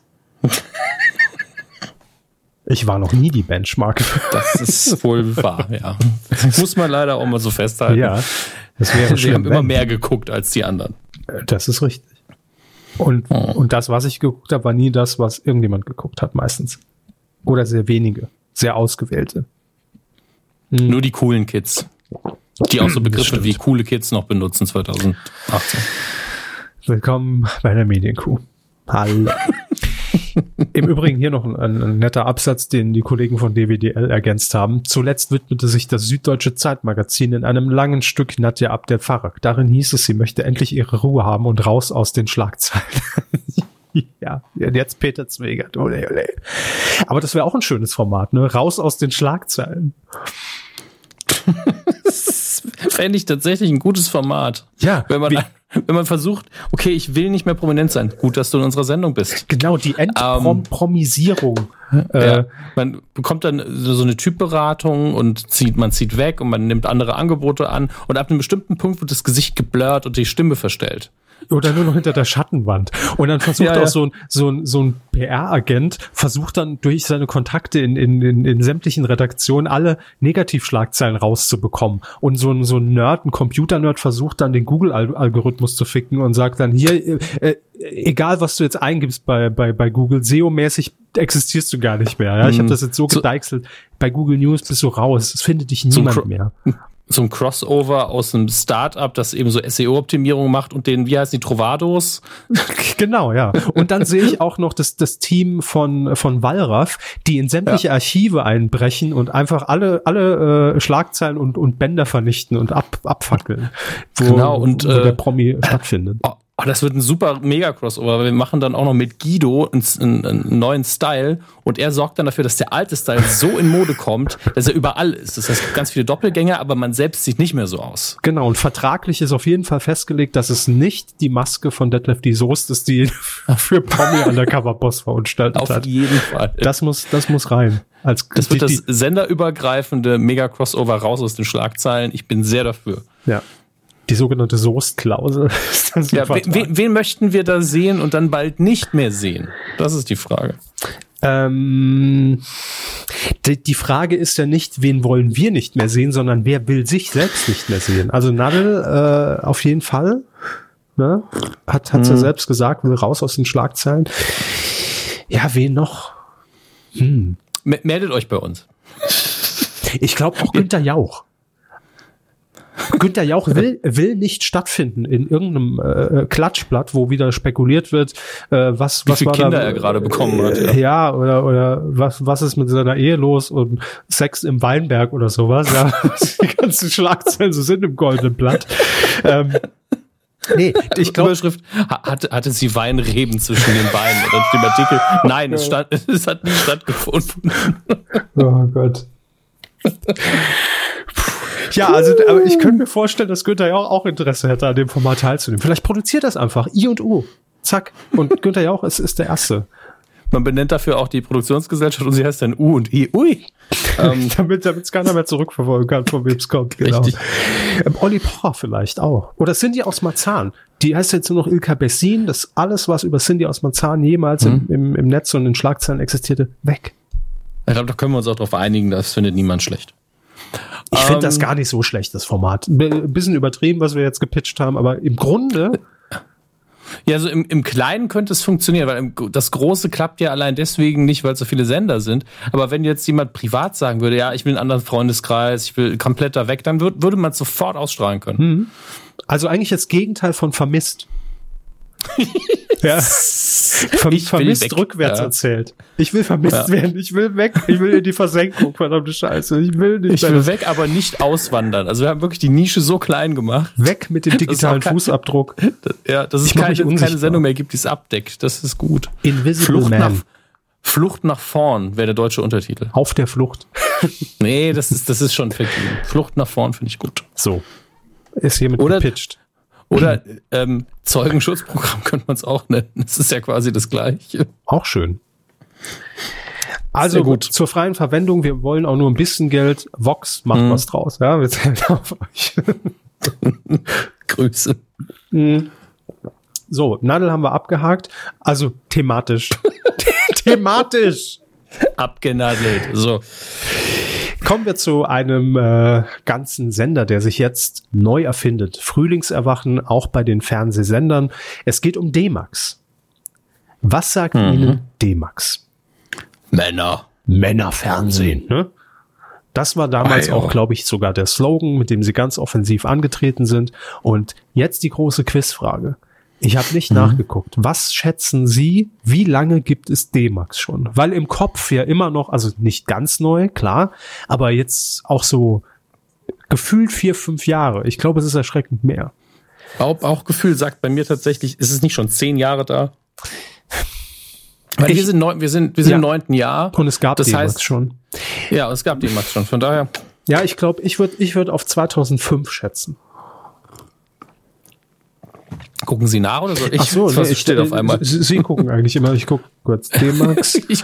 ich war noch nie die Benchmark. Das ist wohl wahr, ja. Das muss man leider auch mal so festhalten. ja, das wäre Sie haben schlimm. immer mehr geguckt als die anderen. Das ist richtig. Und, Oh. und das, was ich geguckt habe, war nie das, was irgendjemand geguckt hat, meistens. Oder sehr wenige, sehr ausgewählte. Hm. Nur die coolen Kids. Die auch so Begriffe wie coole Kids noch benutzen 2018. Willkommen bei der Medienkuh. Hallo. Im Übrigen hier noch ein, ein, ein netter Absatz, den die Kollegen von DWDL ergänzt haben. Zuletzt widmete sich das Süddeutsche Zeitmagazin in einem langen Stück Nadja Abdel Farag. Darin hieß es, sie möchte endlich ihre Ruhe haben und raus aus den Schlagzeilen. ja, und jetzt Peter Zwegert. Ole, ole. Aber das wäre auch ein schönes Format, ne? Raus aus den Schlagzeilen. Fände ich tatsächlich ein gutes Format. Ja, Wenn wie- man, wenn man versucht, okay, ich will nicht mehr prominent sein. Gut, dass du in unserer Sendung bist. Genau, die Entpromisierung. Äh. Ja, man bekommt dann so so eine Typberatung und zieht, man zieht weg und man nimmt andere Angebote an und ab einem bestimmten Punkt wird das Gesicht geblurrt und die Stimme verstellt. Oder nur noch hinter der Schattenwand. Und dann versucht Ja, auch ja. so ein, so ein, so ein PR-Agent, versucht dann durch seine Kontakte in, in, in, in sämtlichen Redaktionen alle Negativschlagzeilen rauszubekommen. Und so ein, so ein Nerd, ein Computer-Nerd versucht dann den Google-Algorithmus zu ficken und sagt dann hier, äh, äh, egal was du jetzt eingibst bei, bei, bei Google, SEO-mäßig existierst du gar nicht mehr. Ja? Ich Mhm. habe das jetzt so gedeichselt. Bei Google News bist du raus. Es findet dich Zum niemand Cro- mehr. so ein Crossover aus einem Startup, das eben so SEO-Optimierung macht und den, wie heißen die, Trovados? Genau, ja. Und dann sehe ich auch noch das, das Team von, von Wallraff, die in sämtliche Archive einbrechen und einfach alle, alle äh, Schlagzeilen und, und Bänder vernichten und ab, abfackeln. Wo, Genau, und, wo äh, der Promi stattfindet. Oh, oh, das wird ein super Mega-Crossover, weil wir machen dann auch noch mit Guido einen, einen, einen neuen Style und er sorgt dann dafür, dass der alte Style so in Mode kommt, dass er überall ist. Das heißt, es gibt ganz viele Doppelgänger, aber man selbst sieht nicht mehr so aus. Genau, und vertraglich ist auf jeden Fall festgelegt, dass es nicht die Maske von Detlef die Soest ist, die für Promi Undercover-Boss verunstaltet Auf hat. jeden Fall. Das, Das muss, das muss rein. Als wird die- das senderübergreifende Mega-Crossover raus aus den Schlagzeilen. Ich bin sehr dafür. die, ja. Die sogenannte Soest-Klausel. Ist das ein Ja, we, Vertrag? we, wen möchten wir da sehen und dann bald nicht mehr sehen? Das ist die Frage. Ähm, die, die Frage ist ja nicht, wen wollen wir nicht mehr sehen, sondern wer will sich selbst nicht mehr sehen. Also Nadel äh, auf jeden Fall ne? hat hat's ja selbst gesagt, will raus aus den Schlagzeilen. Ja, wen noch? M meldet euch bei uns. Ich glaube auch Günther Jauch. Günther Jauch will, will nicht stattfinden in irgendeinem äh, Klatschblatt, wo wieder spekuliert wird, äh, was, Wie was viele war Kinder da, er gerade bekommen hat. Ja, Ja. oder, oder was, was ist mit seiner Ehe los und Sex im Weinberg oder sowas, ja. Die ganzen Schlagzeilen so sind im goldenen Blatt. ähm, nee, ich glaube, Überschrift, ha- hatte, hatte sie Weinreben zwischen den Beinen? Und dann steht im Artikel, nein, es, stand, es hat nie stattgefunden. Oh Gott. Ja, also aber ich könnte mir vorstellen, dass Günther Jauch auch Interesse hätte, an dem Format teilzunehmen. Vielleicht produziert das einfach. I und U. Zack. Und Günther Jauch ist, ist der Erste. Man benennt dafür auch die Produktionsgesellschaft und sie heißt dann U und I. Ui. Ähm, Damit es keiner mehr zurückverfolgen kann, von wem es kommt. Genau. Richtig. Ähm, Olli Pocher vielleicht auch. Oder Cindy aus Marzahn. Die heißt jetzt nur noch Ilka Bessin. Das alles, was über Cindy aus Marzahn jemals im, im, im Netz und in Schlagzeilen existierte, weg. ich glaube, da können wir uns auch darauf einigen, das findet niemand schlecht. Ich finde Ähm, das gar nicht so schlecht, das Format. B bisschen übertrieben, was wir jetzt gepitcht haben, aber im Grunde Ja, also im, im Kleinen könnte es funktionieren, weil im, das Große klappt ja allein deswegen nicht, weil so viele Sender sind. Aber wenn jetzt jemand privat sagen würde, ja, ich will einen anderen Freundeskreis, ich will komplett da weg, dann würd, würde man es Hm. sofort ausstrahlen können. Also eigentlich das Gegenteil von vermisst. Ja. Ver Ich will vermisst weg, rückwärts ja. erzählt. Ich will vermisst Ja. werden. Ich will weg. Ich will in die Versenkung. Verdammte Scheiße. Ich will nicht Ich mehr. will weg, aber nicht auswandern. Also wir haben wirklich die Nische so klein gemacht, weg mit dem digitalen auch kein- Fußabdruck. ja, dass es Ich mach keine, mich keine unsichtbar. Sendung mehr gibt, die es abdeckt. Das ist gut. Invisible Flucht nach, Man. Flucht nach vorn wäre der deutsche Untertitel. Auf der Flucht. Nee, das ist, das ist schon vergeben. Flucht nach vorn finde ich gut. So. Ist hiermit Oder- gepitcht. Oder ähm, Zeugenschutzprogramm könnte man es auch nennen. Das ist ja quasi das Gleiche. Auch schön. Also Sehr gut. zur freien Verwendung. Wir wollen auch nur ein bisschen Geld. Vox macht Mhm. was draus. Ja, wir zählen auf euch. Grüße. So, Nadel haben wir abgehakt. Also thematisch. thematisch. Abgenadelt. So. Kommen wir zu einem äh, ganzen Sender, der sich jetzt neu erfindet. Frühlingserwachen, auch bei den Fernsehsendern. Es geht um D-Max. Was sagt Mhm. Ihnen D-Max? Männer. Männerfernsehen. Ne? Das war damals Ah, ja. auch, glaube ich, sogar der Slogan, mit dem sie ganz offensiv angetreten sind. Und jetzt die große Quizfrage. Ich habe Mhm. nicht nachgeguckt. Was schätzen Sie, wie lange gibt es D-Max schon? Weil im Kopf ja immer noch, also nicht ganz neu, klar, aber jetzt auch so gefühlt vier, fünf Jahre. Ich glaube, es ist erschreckend mehr. Auch, auch Gefühl sagt bei mir tatsächlich, ist es nicht schon zehn Jahre da? Weil Ich- wir sind, neun, wir sind, wir sind Ja. im neunten Jahr. Und es gab Das D-Max heißt- schon. Ja, es gab die Max schon. Von daher, Ja, ich glaube, ich würde ich würd auf 2005 schätzen. gucken Sie nach oder soll ich? Ach so, was nee, steht auf einmal? Sie, Sie gucken eigentlich immer. Ich gucke kurz D-Max. Ich,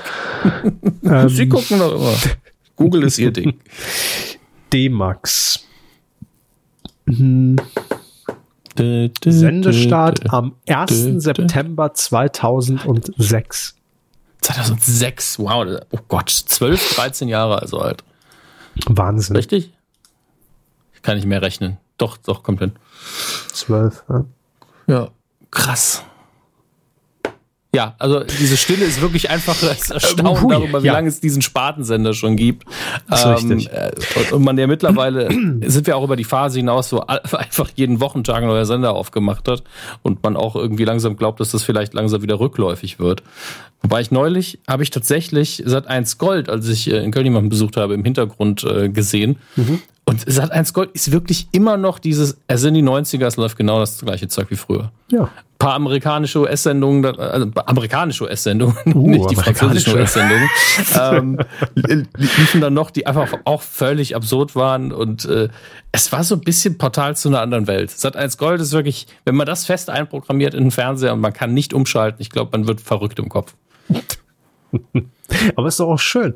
Ähm, Sie gucken doch immer. Google ist Ihr Ding. D-Max. Sendestart am 1. September 2006. 2006, wow, das- oh Gott, 12, 13 Jahre also alt. Wahnsinn. Richtig? Ich kann nicht mehr rechnen. Doch, doch, kommt hin. 12. Ja. Ja. Krass. Ja, also diese Stille ist wirklich einfach das Erstaunen hui, darüber, wie ja. lange es diesen Spartensender schon gibt. Ist richtig. äh, und, und man ja mittlerweile sind wir auch über die Phase hinaus, wo all- einfach jeden Wochentag ein neuer Sender aufgemacht hat und man auch irgendwie langsam glaubt, dass das vielleicht langsam wieder rückläufig wird. Wobei ich neulich habe ich tatsächlich Sat 1 Gold, als ich äh, in Köln jemanden besucht habe, im Hintergrund äh, gesehen. Und Sat 1 Gold ist wirklich immer noch dieses, es sind die 90er, es läuft genau das gleiche Zeug wie früher ja. paar amerikanische US-Sendungen, da- also amerikanische US-Sendungen, Uh, nicht die amerikanische. französischen US-Sendungen, ähm, li- liefen dann noch, die einfach auch völlig absurd waren und äh, es war so ein bisschen Portal zu einer anderen Welt. Sat 1 Gold ist wirklich, wenn man das fest einprogrammiert in den Fernseher und man kann nicht umschalten, ich glaube, man wird verrückt im Kopf. Aber ist doch auch schön.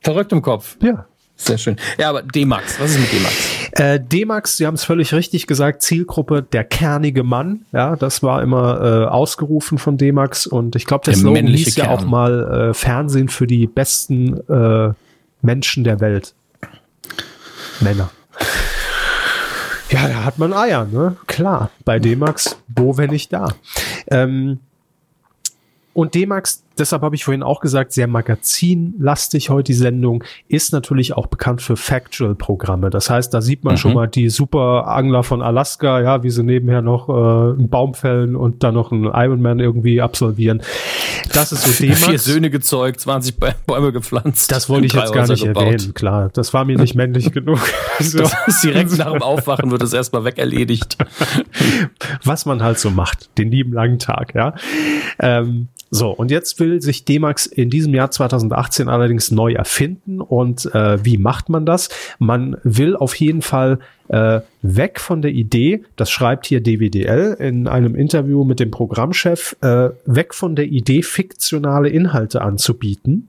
Verrückt im Kopf. Ja. Sehr schön. Ja, aber D-Max, was ist mit D-Max? Äh, D-Max, Sie haben es völlig richtig gesagt, Zielgruppe der kernige Mann. Ja, das war immer äh, ausgerufen von D-Max und ich glaube, der, Der Slogan männliche hieß ja Kern. auch mal äh, Fernsehen für die besten äh, Menschen der Welt. Männer. Ja, da hat man Eier, ne? Klar, bei D-Max, wo wenn nicht da. Ähm, und D-Max, deshalb habe ich vorhin auch gesagt, sehr magazinlastig heute die Sendung, ist natürlich auch bekannt für Factual-Programme. Das heißt, da sieht man Mhm. schon mal die Superangler von Alaska, ja, wie sie nebenher noch äh, einen Baum fällen und dann noch einen Ironman irgendwie absolvieren. Das ist so Vier D-Max. Söhne gezeugt, 20 Bä- Bäume gepflanzt. Das wollte ich drei jetzt gar Häuser nicht erwähnen, klar. Das war mir nicht männlich genug. So, Das ist direkt nach dem Aufwachen wird das erstmal wegerledigt. was man halt so macht, den lieben langen Tag, ja. Ähm, so, und jetzt will sich D-Max in diesem Jahr 2018 allerdings neu erfinden. Und äh, wie macht man das? Man will auf jeden Fall äh, weg von der Idee, das schreibt hier DWDL in einem Interview mit dem Programmchef, äh, weg von der Idee, fiktionale Inhalte anzubieten,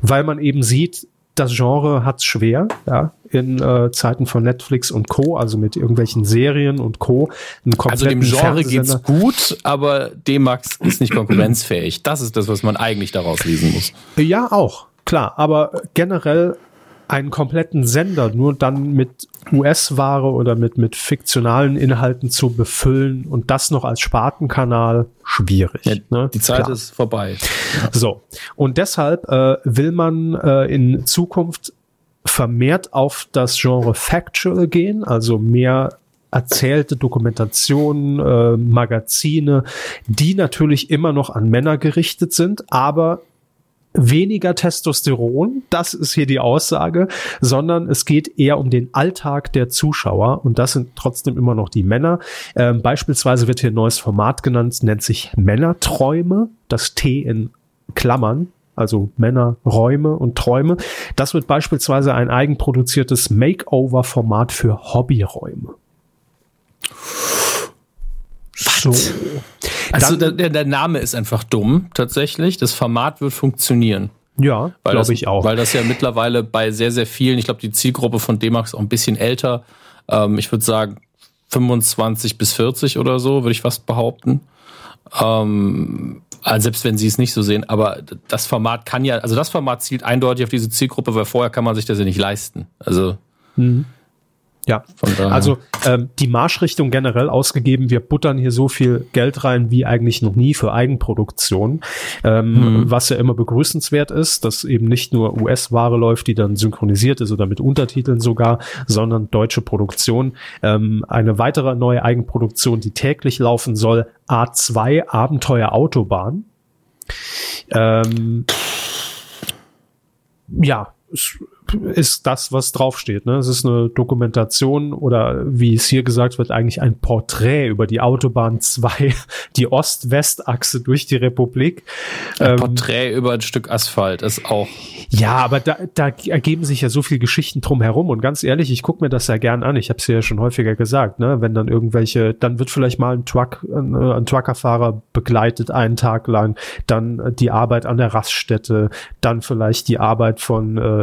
weil man eben sieht, das Genre hat's schwer, ja, in äh, Zeiten von Netflix und Co., also mit irgendwelchen Serien und Co. Einen Also kompletten dem Genre Fernsehsender- geht's gut, aber D-Max ist nicht konkurrenzfähig. Das ist das, was man eigentlich daraus lesen muss. Ja, auch, klar. Aber generell einen kompletten Sender nur dann mit US-Ware oder mit, mit fiktionalen Inhalten zu befüllen und das noch als Spartenkanal, schwierig. ne? Die Zeit Klar. ist vorbei. So. Und deshalb äh, will man äh, in Zukunft vermehrt auf das Genre Factual gehen, also mehr erzählte Dokumentationen, äh, Magazine, die natürlich immer noch an Männer gerichtet sind, aber weniger Testosteron, das ist hier die Aussage, sondern es geht eher um den Alltag der Zuschauer und das sind trotzdem immer noch die Männer. Ähm, beispielsweise wird hier ein neues Format genannt, nennt sich Männerträume, das T in Klammern. Also Männer, Räume und Träume. Das wird beispielsweise ein eigenproduziertes Makeover-Format für Hobbyräume. So. Also der, der Name ist einfach dumm, tatsächlich. Das Format wird funktionieren. Ja, glaube ich auch. Weil das ja mittlerweile bei sehr, sehr vielen, ich glaube, die Zielgruppe von D-Max ist auch ein bisschen älter. Ähm, ich würde sagen 25 bis 40 oder so, würde ich fast behaupten. Ähm, also selbst wenn sie es nicht so sehen, aber das Format kann ja, also das Format zielt eindeutig auf diese Zielgruppe, weil vorher kann man sich das ja nicht leisten. Also mhm. Ja, also ähm, die Marschrichtung generell ausgegeben, wir buttern hier so viel Geld rein wie eigentlich noch nie für Eigenproduktion, ähm, mhm. was ja immer begrüßenswert ist, dass eben nicht nur US-Ware läuft, die dann synchronisiert ist oder mit Untertiteln sogar, sondern deutsche Produktion. Ähm, eine weitere neue Eigenproduktion, die täglich laufen soll, A2 Abenteuer Autobahn. Ähm, ja, ist das, was draufsteht. Ne? Es ist eine Dokumentation oder wie es hier gesagt wird, eigentlich ein Porträt über die Autobahn 2, die Ost-West-Achse durch die Republik. Ein ähm, Porträt über ein Stück Asphalt ist auch. Ja, aber da, da ergeben sich ja so viel Geschichten drumherum und ganz ehrlich, ich gucke mir das ja gern an. Ich habe es ja schon häufiger gesagt, ne? wenn dann irgendwelche, dann wird vielleicht mal ein Truck, ein, ein Truckerfahrer begleitet einen Tag lang, dann die Arbeit an der Raststätte, dann vielleicht die Arbeit von äh,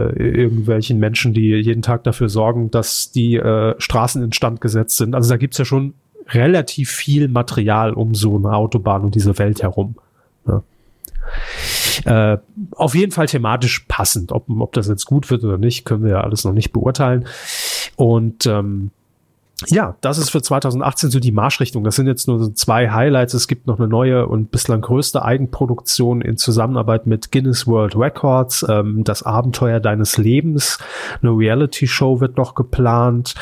irgendwelchen Menschen, die jeden Tag dafür sorgen, dass die äh, Straßen instand gesetzt sind. Also da gibt's ja schon relativ viel Material um so eine Autobahn und diese Welt herum. Ja. Äh, auf jeden Fall thematisch passend. Ob, ob das jetzt gut wird oder nicht, können wir ja alles noch nicht beurteilen. Und ähm, ja, das ist für 2018 so die Marschrichtung. Das sind jetzt nur so zwei Highlights. Es gibt noch eine neue und bislang größte Eigenproduktion in Zusammenarbeit mit Guinness World Records. Ähm, das Abenteuer deines Lebens. Eine Reality-Show wird noch geplant.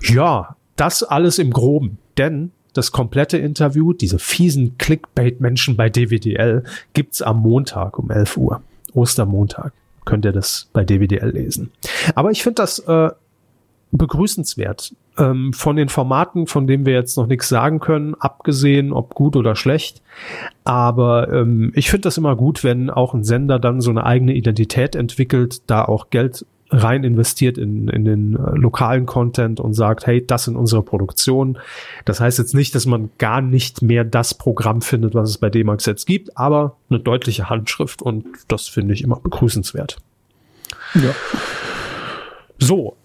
Ja, das alles im Groben. Denn das komplette Interview, diese fiesen Clickbait-Menschen bei DWDL, gibt's am Montag um 11 Uhr. Ostermontag. Könnt ihr das bei DWDL lesen. Aber ich finde das... Äh, begrüßenswert. Ähm, von den Formaten, von denen wir jetzt noch nichts sagen können, abgesehen, ob gut oder schlecht. Aber ähm, ich finde das immer gut, wenn auch ein Sender dann so eine eigene Identität entwickelt, da auch Geld rein investiert in, in den äh, lokalen Content und sagt, hey, das sind unsere Produktionen. Das heißt jetzt nicht, dass man gar nicht mehr das Programm findet, was es bei D-Max jetzt gibt, aber eine deutliche Handschrift und das finde ich immer begrüßenswert. Ja. So,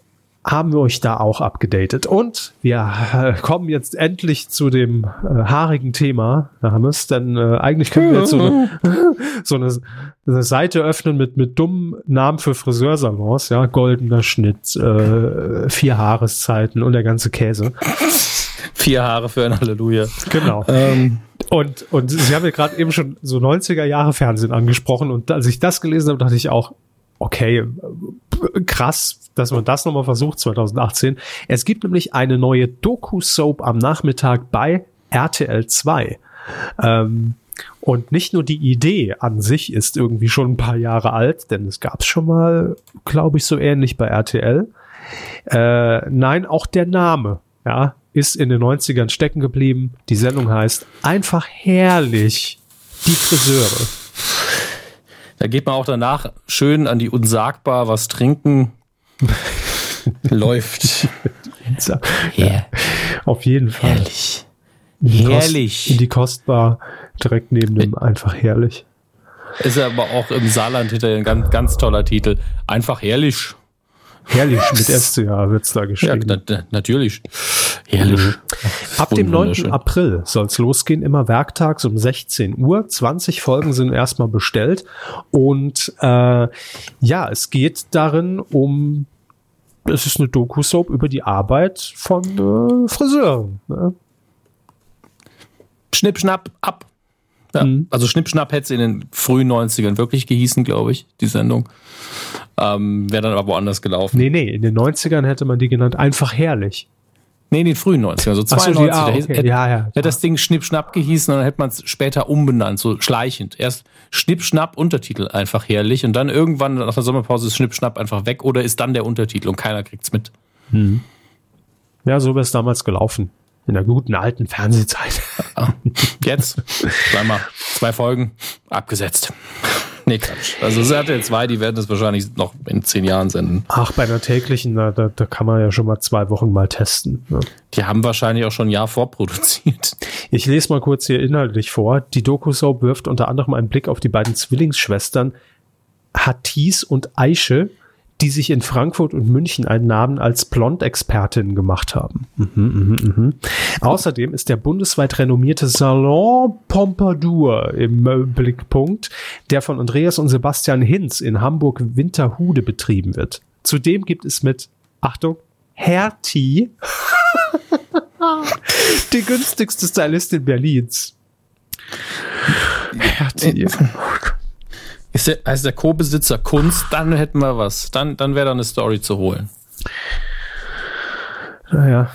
haben wir euch da auch abgedatet. Und wir äh, kommen jetzt endlich zu dem äh, haarigen Thema, Hammes, denn äh, eigentlich können wir jetzt so eine, so eine, eine Seite öffnen mit, mit dummen Namen für Friseursalons, ja, goldener Schnitt, äh, vier Haareszeiten und der ganze Käse. Vier Haare für ein Halleluja. Genau. Ähm. Und, und Sie haben ja gerade eben schon so 90er Jahre Fernsehen angesprochen und als ich das gelesen habe, dachte ich auch, okay, krass, dass man das nochmal versucht 2018. Es gibt nämlich eine neue Doku-Soap am Nachmittag bei RTL 2. Ähm, und nicht nur die Idee an sich ist irgendwie schon ein paar Jahre alt, denn es gab es schon mal, glaube ich, so ähnlich bei RTL. Äh, nein, auch der Name, ja, ist in den 90ern stecken geblieben. Die Sendung heißt einfach herrlich die Friseure. Da geht man auch danach schön an die Unsagbar was trinken. Läuft. ja. ja. Auf jeden Fall. Herrlich. Die herrlich. Äh, Kost, in die Kostbar direkt neben dem einfach herrlich. Ist aber auch im Saarland hinter ein ganz, ganz toller Titel. Einfach herrlich. Herrlich mit SCH wird's da geschrieben. Ja, na, natürlich. Herrlich. Mhm. Ab dem 9. April soll's losgehen, immer werktags um 16 Uhr. 20 Folgen sind erstmal bestellt. Und äh, ja, es geht darin um, es ist eine Doku-Soap über die Arbeit von äh, Friseuren. Ne? Schnipp, schnapp, ab. Ja, mhm. Also Schnippschnapp hätte es in den frühen 90ern wirklich gehießen, glaube ich, die Sendung. Ähm, Wäre dann aber woanders gelaufen. Nee, nee, in den 90ern hätte man die genannt, einfach herrlich. Nee, in den frühen 90ern, so Ach so, 92. die- ah, da hieß- okay, hätte, ja, ja. hätte das Ding Schnipp-Schnapp gehießen und dann hätte man es später umbenannt, so schleichend. Erst Schnipp-Schnapp-Untertitel einfach herrlich und dann irgendwann nach der Sommerpause ist Schnipp-Schnapp einfach weg oder ist dann der Untertitel und keiner kriegt's mit. Ja, so wäre es damals gelaufen. In der guten alten Fernsehzeit. Jetzt, zweimal, zwei Folgen, abgesetzt. Nee, Quatsch. Also RTL 2, die werden das wahrscheinlich noch in zehn Jahren senden. Ach, bei der täglichen, da, da, da kann man ja schon mal zwei Wochen mal testen. ne? Ja. Die haben wahrscheinlich auch schon ein Jahr vorproduziert. Ich lese mal kurz hier inhaltlich vor. Die Doku-Soap wirft unter anderem einen Blick auf die beiden Zwillingsschwestern Hatties und Aische, die sich in Frankfurt und München einen Namen als Blond-Expertin gemacht haben. Mhm, mhm, mhm. Außerdem ist der bundesweit renommierte Salon Pompadour im äh, Blickpunkt, der von Andreas und Sebastian Hinz in Hamburg-Winterhude betrieben wird. Zudem gibt es mit, Achtung, Hertie die günstigste Stylistin Berlins. Hertie. Ist der, heißt der Co-Besitzer Kunst, dann hätten wir was. Dann, dann wäre da eine Story zu holen. Naja.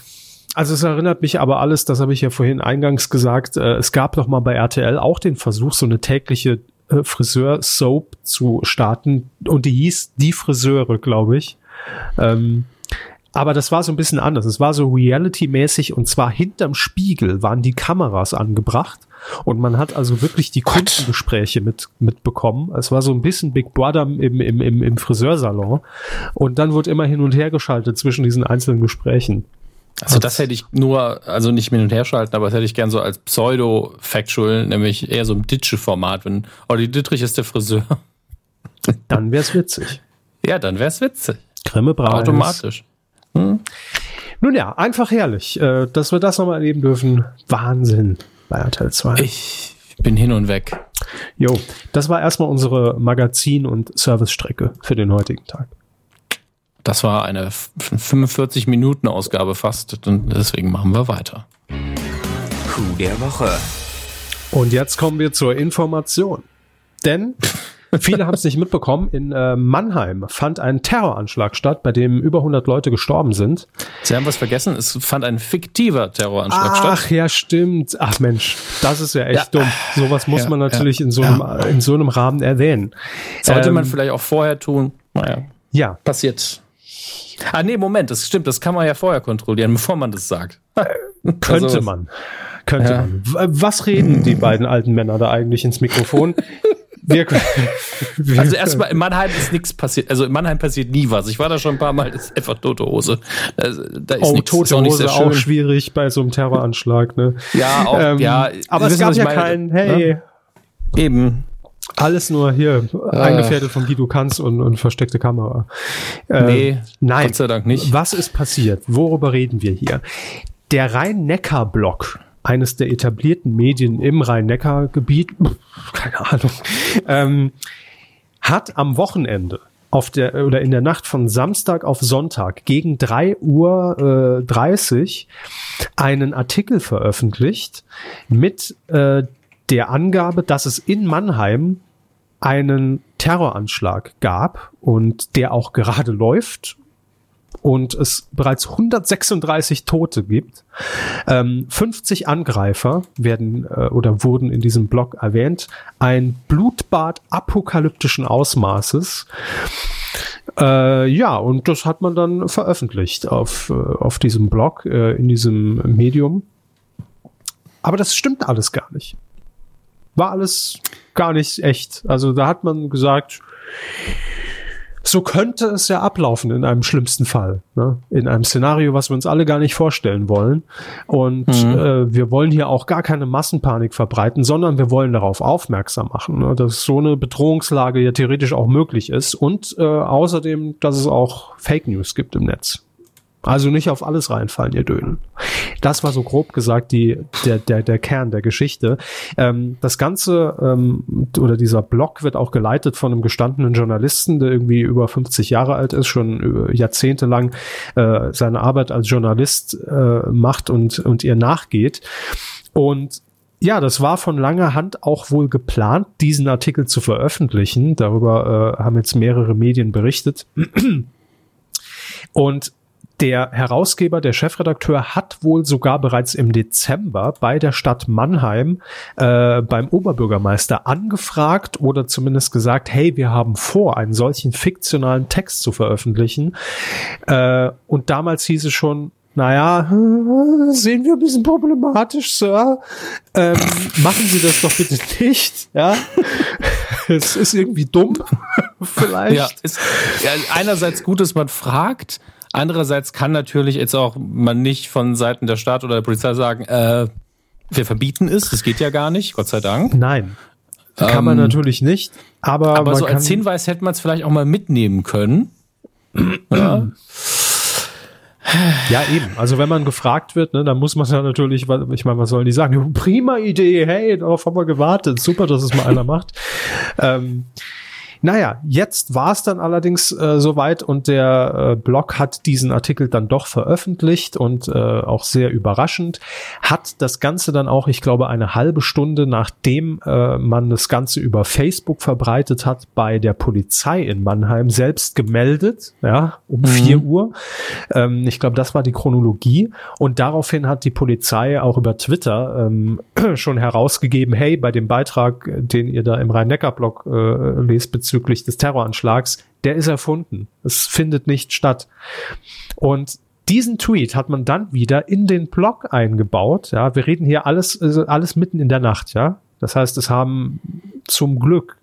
Also es erinnert mich aber alles, das habe ich ja vorhin eingangs gesagt, äh, es gab noch mal bei RTL auch den Versuch, so eine tägliche äh, Friseur-Soap zu starten und die hieß Die Friseure, glaube ich. Ähm, aber das war so ein bisschen anders. Es war so reality-mäßig und zwar hinterm Spiegel waren die Kameras angebracht und man hat also wirklich die Kundengespräche mit, mitbekommen. Es war so ein bisschen Big Brother im, im, im, im Friseursalon und dann wurde immer hin und her geschaltet zwischen diesen einzelnen Gesprächen. Also das hätte ich nur, also nicht hin und her schalten, aber das hätte ich gern so als Pseudo-Factual, nämlich eher so im Ditsche-Format, wenn Olli Dittrich ist der Friseur. Dann wär's witzig. Ja, dann wär's witzig. Grimme Braun. Automatisch. Nun ja, einfach herrlich, äh, dass wir das nochmal erleben dürfen. Wahnsinn bei RTL 2. Ich bin hin und weg. Jo, das war erstmal unsere Magazin- und Servicestrecke für den heutigen Tag. Das war eine 45-Minuten-Ausgabe fast und deswegen machen wir weiter. Coup der Woche. Und jetzt kommen wir zur Information. Denn viele haben es nicht mitbekommen, in äh, Mannheim fand ein Terroranschlag statt, bei dem über 100 Leute gestorben sind. Sie haben was vergessen, es fand ein fiktiver Terroranschlag statt. Ach ja, stimmt. Ach Mensch, das ist ja echt dumm. Sowas muss Ja, man ja, natürlich in, so einem, in so einem Rahmen erwähnen. Sollte man Ähm, vielleicht auch vorher tun. Naja, ja, passiert. Ah, nee, Moment, das stimmt, das kann man ja vorher kontrollieren, bevor man das sagt. Könnte Also, man. Könnte Ja. man. W- Was reden die beiden alten Männer da eigentlich ins Mikrofon? Wir, wir, Also erstmal, in Mannheim ist nichts passiert. Also in Mannheim passiert nie was. Ich war da schon ein paar Mal, das ist einfach tote Hose. Also, Da ist oh, nichts, ist tote auch nicht Hose sehr auch schön. schwierig bei so einem Terroranschlag. Ne? Ja, auch, Ähm, ja. aber es wissen, gab was ich ja meine? keinen, hey, Eben. alles nur hier, Ah. eingefädelt von Guido Kanz und, und versteckte Kamera. Äh, Nee, nein. Gott sei Dank nicht. Was ist passiert? Worüber reden wir hier? Der Rhein-Neckar-Block, eines der etablierten Medien im Rhein-Neckar-Gebiet, pff, keine Ahnung, ähm, hat am Wochenende auf der oder in der Nacht von Samstag auf Sonntag gegen 3 Uhr äh, 30 einen Artikel veröffentlicht mit äh, der Angabe, dass es in Mannheim einen Terroranschlag gab und der auch gerade läuft und es bereits 136 Tote gibt. Ähm, 50 Angreifer werden äh, oder wurden in diesem Blog erwähnt. Ein Blutbad apokalyptischen Ausmaßes. Äh, ja, und das hat man dann veröffentlicht auf, äh, auf diesem Blog, äh, in diesem Medium. Aber das stimmt alles gar nicht. War alles gar nicht echt. Also da hat man gesagt, so könnte es ja ablaufen in einem schlimmsten Fall. Ne? In einem Szenario, was wir uns alle gar nicht vorstellen wollen. Und äh, wir wollen hier auch gar keine Massenpanik verbreiten, sondern wir wollen darauf aufmerksam machen, ne? dass so eine Bedrohungslage ja theoretisch auch möglich ist. Und äh, außerdem, dass es auch Fake News gibt im Netz. Also nicht auf alles reinfallen, ihr Döden. Das war so grob gesagt die, der, der, der Kern der Geschichte. Ähm, das Ganze ähm, oder dieser Blog wird auch geleitet von einem gestandenen Journalisten, der irgendwie über 50 Jahre alt ist, schon äh, jahrzehntelang äh, seine Arbeit als Journalist äh, macht und, und ihr nachgeht. Und ja, das war von langer Hand auch wohl geplant, diesen Artikel zu veröffentlichen. Darüber äh, haben jetzt mehrere Medien berichtet. Und Der Herausgeber, der Chefredakteur, hat wohl sogar bereits im Dezember bei der Stadt Mannheim äh, beim Oberbürgermeister angefragt oder zumindest gesagt, hey, wir haben vor, einen solchen fiktionalen Text zu veröffentlichen. Äh, und damals hieß es schon, naja, sehen wir ein bisschen problematisch, Sir. Ähm, machen Sie das doch bitte nicht, ja. es ist irgendwie dumm, vielleicht. Ja, ist, ja, einerseits gut, dass man fragt, andererseits kann natürlich jetzt auch man nicht von Seiten der Stadt oder der Polizei sagen, äh, wir verbieten es, das geht ja gar nicht, Gott sei Dank. Nein, kann man Ähm, natürlich nicht, aber, Aber man so kann, als Hinweis hätte man es vielleicht auch mal mitnehmen können. ja. ja eben, also wenn man gefragt wird, ne, dann muss man ja natürlich, wa- ich meine, was sollen die sagen? Jo, Prima Idee, hey, darauf haben wir gewartet, super, dass es mal einer macht. Ähm, naja, jetzt war es dann allerdings äh, soweit und der äh, Blog hat diesen Artikel dann doch veröffentlicht und äh, auch sehr überraschend hat das Ganze dann auch, ich glaube, eine halbe Stunde nachdem äh, man das Ganze über Facebook verbreitet hat, bei der Polizei in Mannheim selbst gemeldet, ja, um 4 Uhr. Ähm, ich glaube, das war die Chronologie und daraufhin hat die Polizei auch über Twitter ähm, schon herausgegeben, hey, bei dem Beitrag, äh, den ihr da im Rhein-Neckar-Blog äh, lest bezüglich des Terroranschlags, der ist erfunden. Es findet nicht statt. Und diesen Tweet hat man dann wieder in den Blog eingebaut. Ja, wir reden hier alles, also alles mitten in der Nacht, ja. Das heißt, es haben zum Glück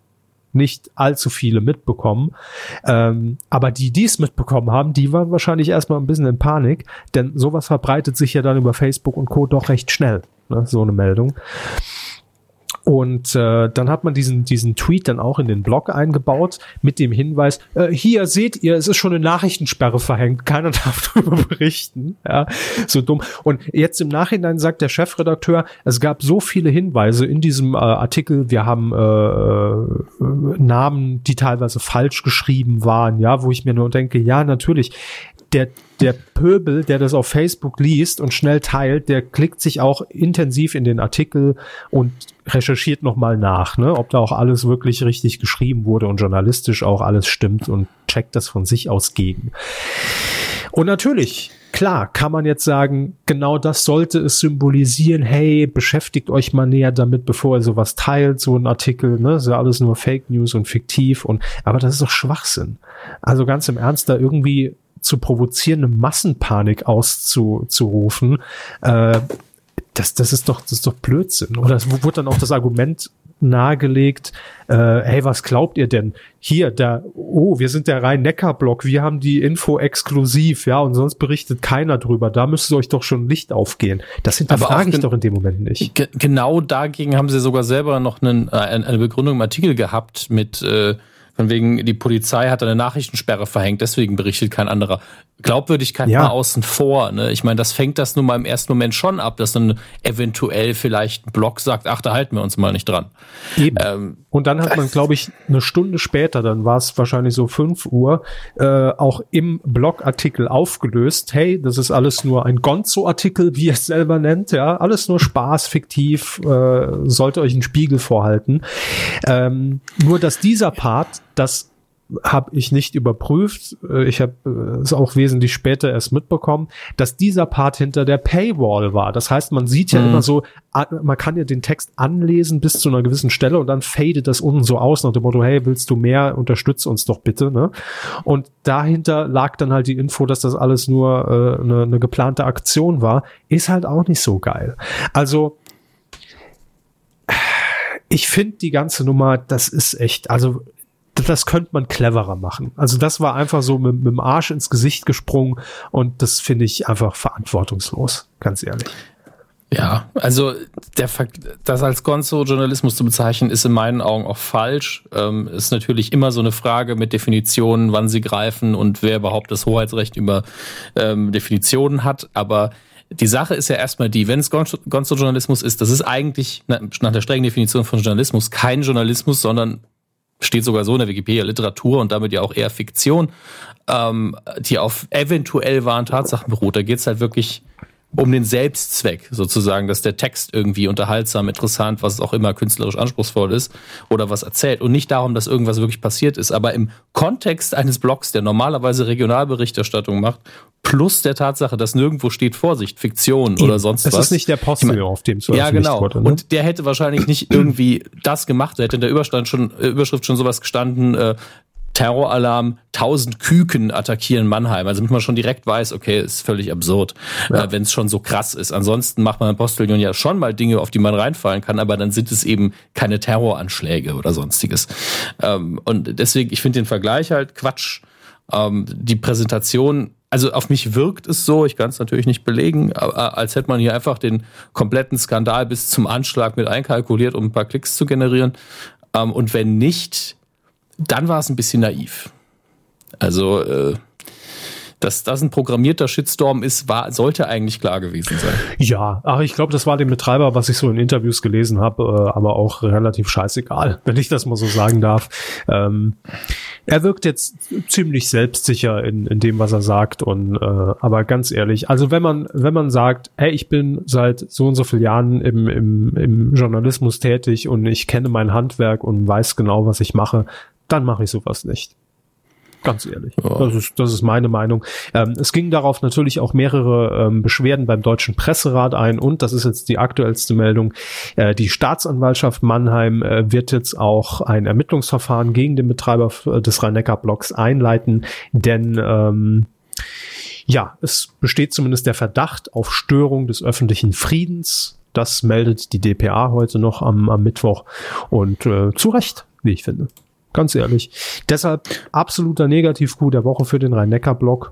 nicht allzu viele mitbekommen. Ähm, aber die, die es mitbekommen haben, die waren wahrscheinlich erstmal ein bisschen in Panik, denn sowas verbreitet sich ja dann über Facebook und Co. doch recht schnell, ne? so eine Meldung. Und äh, dann hat man diesen, diesen Tweet dann auch in den Blog eingebaut mit dem Hinweis, äh, hier seht ihr, es ist schon eine Nachrichtensperre verhängt, keiner darf darüber berichten. Ja, so dumm. Und jetzt im Nachhinein sagt der Chefredakteur, es gab so viele Hinweise in diesem äh, Artikel, wir haben äh, äh, Namen, die teilweise falsch geschrieben waren, ja, wo ich mir nur denke, ja, natürlich, der, der Pöbel, der das auf Facebook liest und schnell teilt, der klickt sich auch intensiv in den Artikel und recherchiert nochmal nach, ne, ob da auch alles wirklich richtig geschrieben wurde und journalistisch auch alles stimmt und checkt das von sich aus gegen. Und natürlich, klar, kann man jetzt sagen, genau das sollte es symbolisieren. Hey, beschäftigt euch mal näher damit, bevor ihr sowas teilt, so ein Artikel, ne? Ist ja alles nur Fake News und fiktiv und, aber das ist doch Schwachsinn. Also ganz im Ernst, da irgendwie zu provozieren, eine Massenpanik auszurufen, äh, das, das ist doch, das ist doch Blödsinn. Oder es wurde dann auch das Argument nahegelegt, äh, hey, was glaubt ihr denn? Hier, da, oh, wir sind der Rhein-Neckar-Blog, wir haben die Info exklusiv, ja, und sonst berichtet keiner drüber. Da müsste euch doch schon Licht aufgehen. Das Aber auch hinterfrage ich gen- doch in dem Moment nicht. Ge- Genau dagegen haben sie sogar selber noch einen, äh, ein- eine Begründung im Artikel gehabt mit äh, von wegen, die Polizei hat eine Nachrichtensperre verhängt, deswegen berichtet kein anderer. Glaubwürdigkeit Ja. mal außen vor. Ne? Ich meine, das fängt das nun mal im ersten Moment schon ab, dass dann eventuell vielleicht ein Blog sagt, ach, da halten wir uns mal nicht dran. Eben. Ähm, Und dann hat man, glaube ich, eine Stunde später, dann war es wahrscheinlich so 5 Uhr, äh, auch im Blogartikel aufgelöst, hey, das ist alles nur ein Gonzo-Artikel, wie er es selber nennt, ja, alles nur Spaß, fiktiv, äh, sollte euch einen Spiegel vorhalten. Ähm, nur, dass dieser Part, das habe ich nicht überprüft. Äh, Ich habe äh, es auch wesentlich später erst mitbekommen, dass dieser Part hinter der Paywall war. Das heißt, man sieht ja Mhm. immer so, a- man kann ja den Text anlesen bis zu einer gewissen Stelle und dann fadet das unten so aus nach dem Motto, hey, willst du mehr? Unterstütze uns doch bitte. Ne? Und dahinter lag dann halt die Info, dass das alles nur äh, eine, eine geplante Aktion war. Ist halt auch nicht so geil. Also ich finde die ganze Nummer, das ist echt, also d- das könnte man cleverer machen. Also das war einfach so mit, mit dem Arsch ins Gesicht gesprungen und das finde ich einfach verantwortungslos, ganz ehrlich. Ja, also der Fakt, das als Gonzo-Journalismus zu bezeichnen, ist in meinen Augen auch falsch. Ähm, ist natürlich immer so eine Frage mit Definitionen, wann sie greifen und wer überhaupt das Hoheitsrecht über ähm, Definitionen hat. Aber die Sache ist ja erstmal die, wenn es Gonzo- Gonzo-Journalismus ist, das ist eigentlich na- nach der strengen Definition von Journalismus kein Journalismus, sondern steht sogar so in der Wikipedia Literatur und damit ja auch eher Fiktion, ähm, die auf eventuell wahren Tatsachen beruht. Da geht's halt wirklich um den Selbstzweck sozusagen, dass der Text irgendwie unterhaltsam, interessant, was auch immer künstlerisch anspruchsvoll ist oder was erzählt und nicht darum, dass irgendwas wirklich passiert ist. Aber im Kontext eines Blogs, der normalerweise Regionalberichterstattung macht, plus der Tatsache, dass nirgendwo steht Vorsicht, Fiktion oder sonst das was. ist nicht der Posten, Ich mein- auf dem es ja, veröffentlicht genau. wurde, ne? Und der hätte wahrscheinlich nicht irgendwie das gemacht. Da hätte in der Überstand schon, äh, Überschrift schon sowas gestanden, äh, Terroralarm, 1000 Küken attackieren Mannheim. Also damit man schon direkt weiß, okay, ist völlig absurd, äh, wenn es schon so krass ist. Ansonsten macht man in Postillon ja schon mal Dinge, auf die man reinfallen kann, aber dann sind es eben keine Terroranschläge oder sonstiges. Ähm, und deswegen, ich finde den Vergleich halt Quatsch. Ähm, die Präsentation, also auf mich wirkt es so, ich kann es natürlich nicht belegen, aber als hätte man hier einfach den kompletten Skandal bis zum Anschlag mit einkalkuliert, um ein paar Klicks zu generieren. Ähm, und wenn nicht, dann war es ein bisschen naiv. Also, äh, dass das ein programmierter Shitstorm ist, war, sollte eigentlich klar gewesen sein. Ja, ach, ich glaube, das war dem Betreiber, was ich so in Interviews gelesen habe, äh, aber auch relativ scheißegal, wenn ich das mal so sagen darf. Ähm, er wirkt jetzt ziemlich selbstsicher in, in dem, was er sagt. Und äh, aber ganz ehrlich, also wenn man, wenn man sagt, hey, ich bin seit so und so vielen Jahren im, im, im Journalismus tätig und ich kenne mein Handwerk und weiß genau, was ich mache, dann mache ich sowas nicht. Ganz ehrlich. Das, ist, das ist meine Meinung. Ähm, es gingen darauf natürlich auch mehrere ähm, Beschwerden beim Deutschen Presserat ein und das ist jetzt die aktuellste Meldung. Äh, die Staatsanwaltschaft Mannheim äh, wird jetzt auch ein Ermittlungsverfahren gegen den Betreiber f- des Rhein-Neckar-Blocks einleiten, denn ähm, ja, es besteht zumindest der Verdacht auf Störung des öffentlichen Friedens. Das meldet die DPA heute noch am, am Mittwoch und äh, zu Recht, wie ich finde. Ganz ehrlich. Deshalb absoluter Negativ-Coup der Woche für den Rhein-Neckar-Block.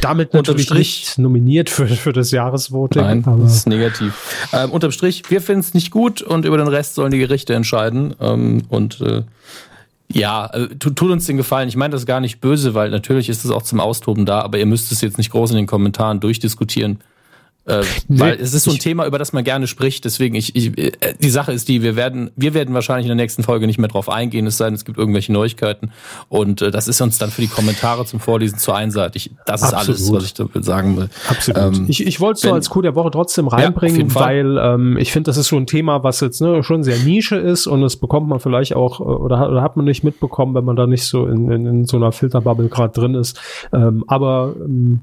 Damit Unterm natürlich Strich- nicht nominiert für, für das Jahresvoting. Nein, aber- das ist negativ. Ähm, unterm Strich, wir finden es nicht gut und über den Rest sollen die Gerichte entscheiden. Ähm, und äh, ja, äh, tu- tut uns den Gefallen. Ich meine das gar nicht böse, weil natürlich ist es auch zum Austoben da, aber ihr müsst es jetzt nicht groß in den Kommentaren durchdiskutieren. Äh, Nee, weil es ist so ein ich- Thema, über das man gerne spricht. Deswegen, ich, ich, äh, die Sache ist die, wir werden, wir werden wahrscheinlich in der nächsten Folge nicht mehr drauf eingehen, es sei denn, es gibt irgendwelche Neuigkeiten. Und äh, das ist uns dann für die Kommentare zum Vorlesen zu einseitig. Das ist alles, Absolut. was ich damit sagen will. Absolut. Ähm, ich ich wollte es so wenn- als Coup der Woche trotzdem auf jeden reinbringen, Fall. weil ähm, ich finde, das ist so ein Thema, was jetzt ne, schon sehr Nische ist und das bekommt man vielleicht auch äh, oder, hat- oder hat man nicht mitbekommen, wenn man da nicht so in, in, in so einer Filterbubble gerade drin ist. Ähm, aber ähm,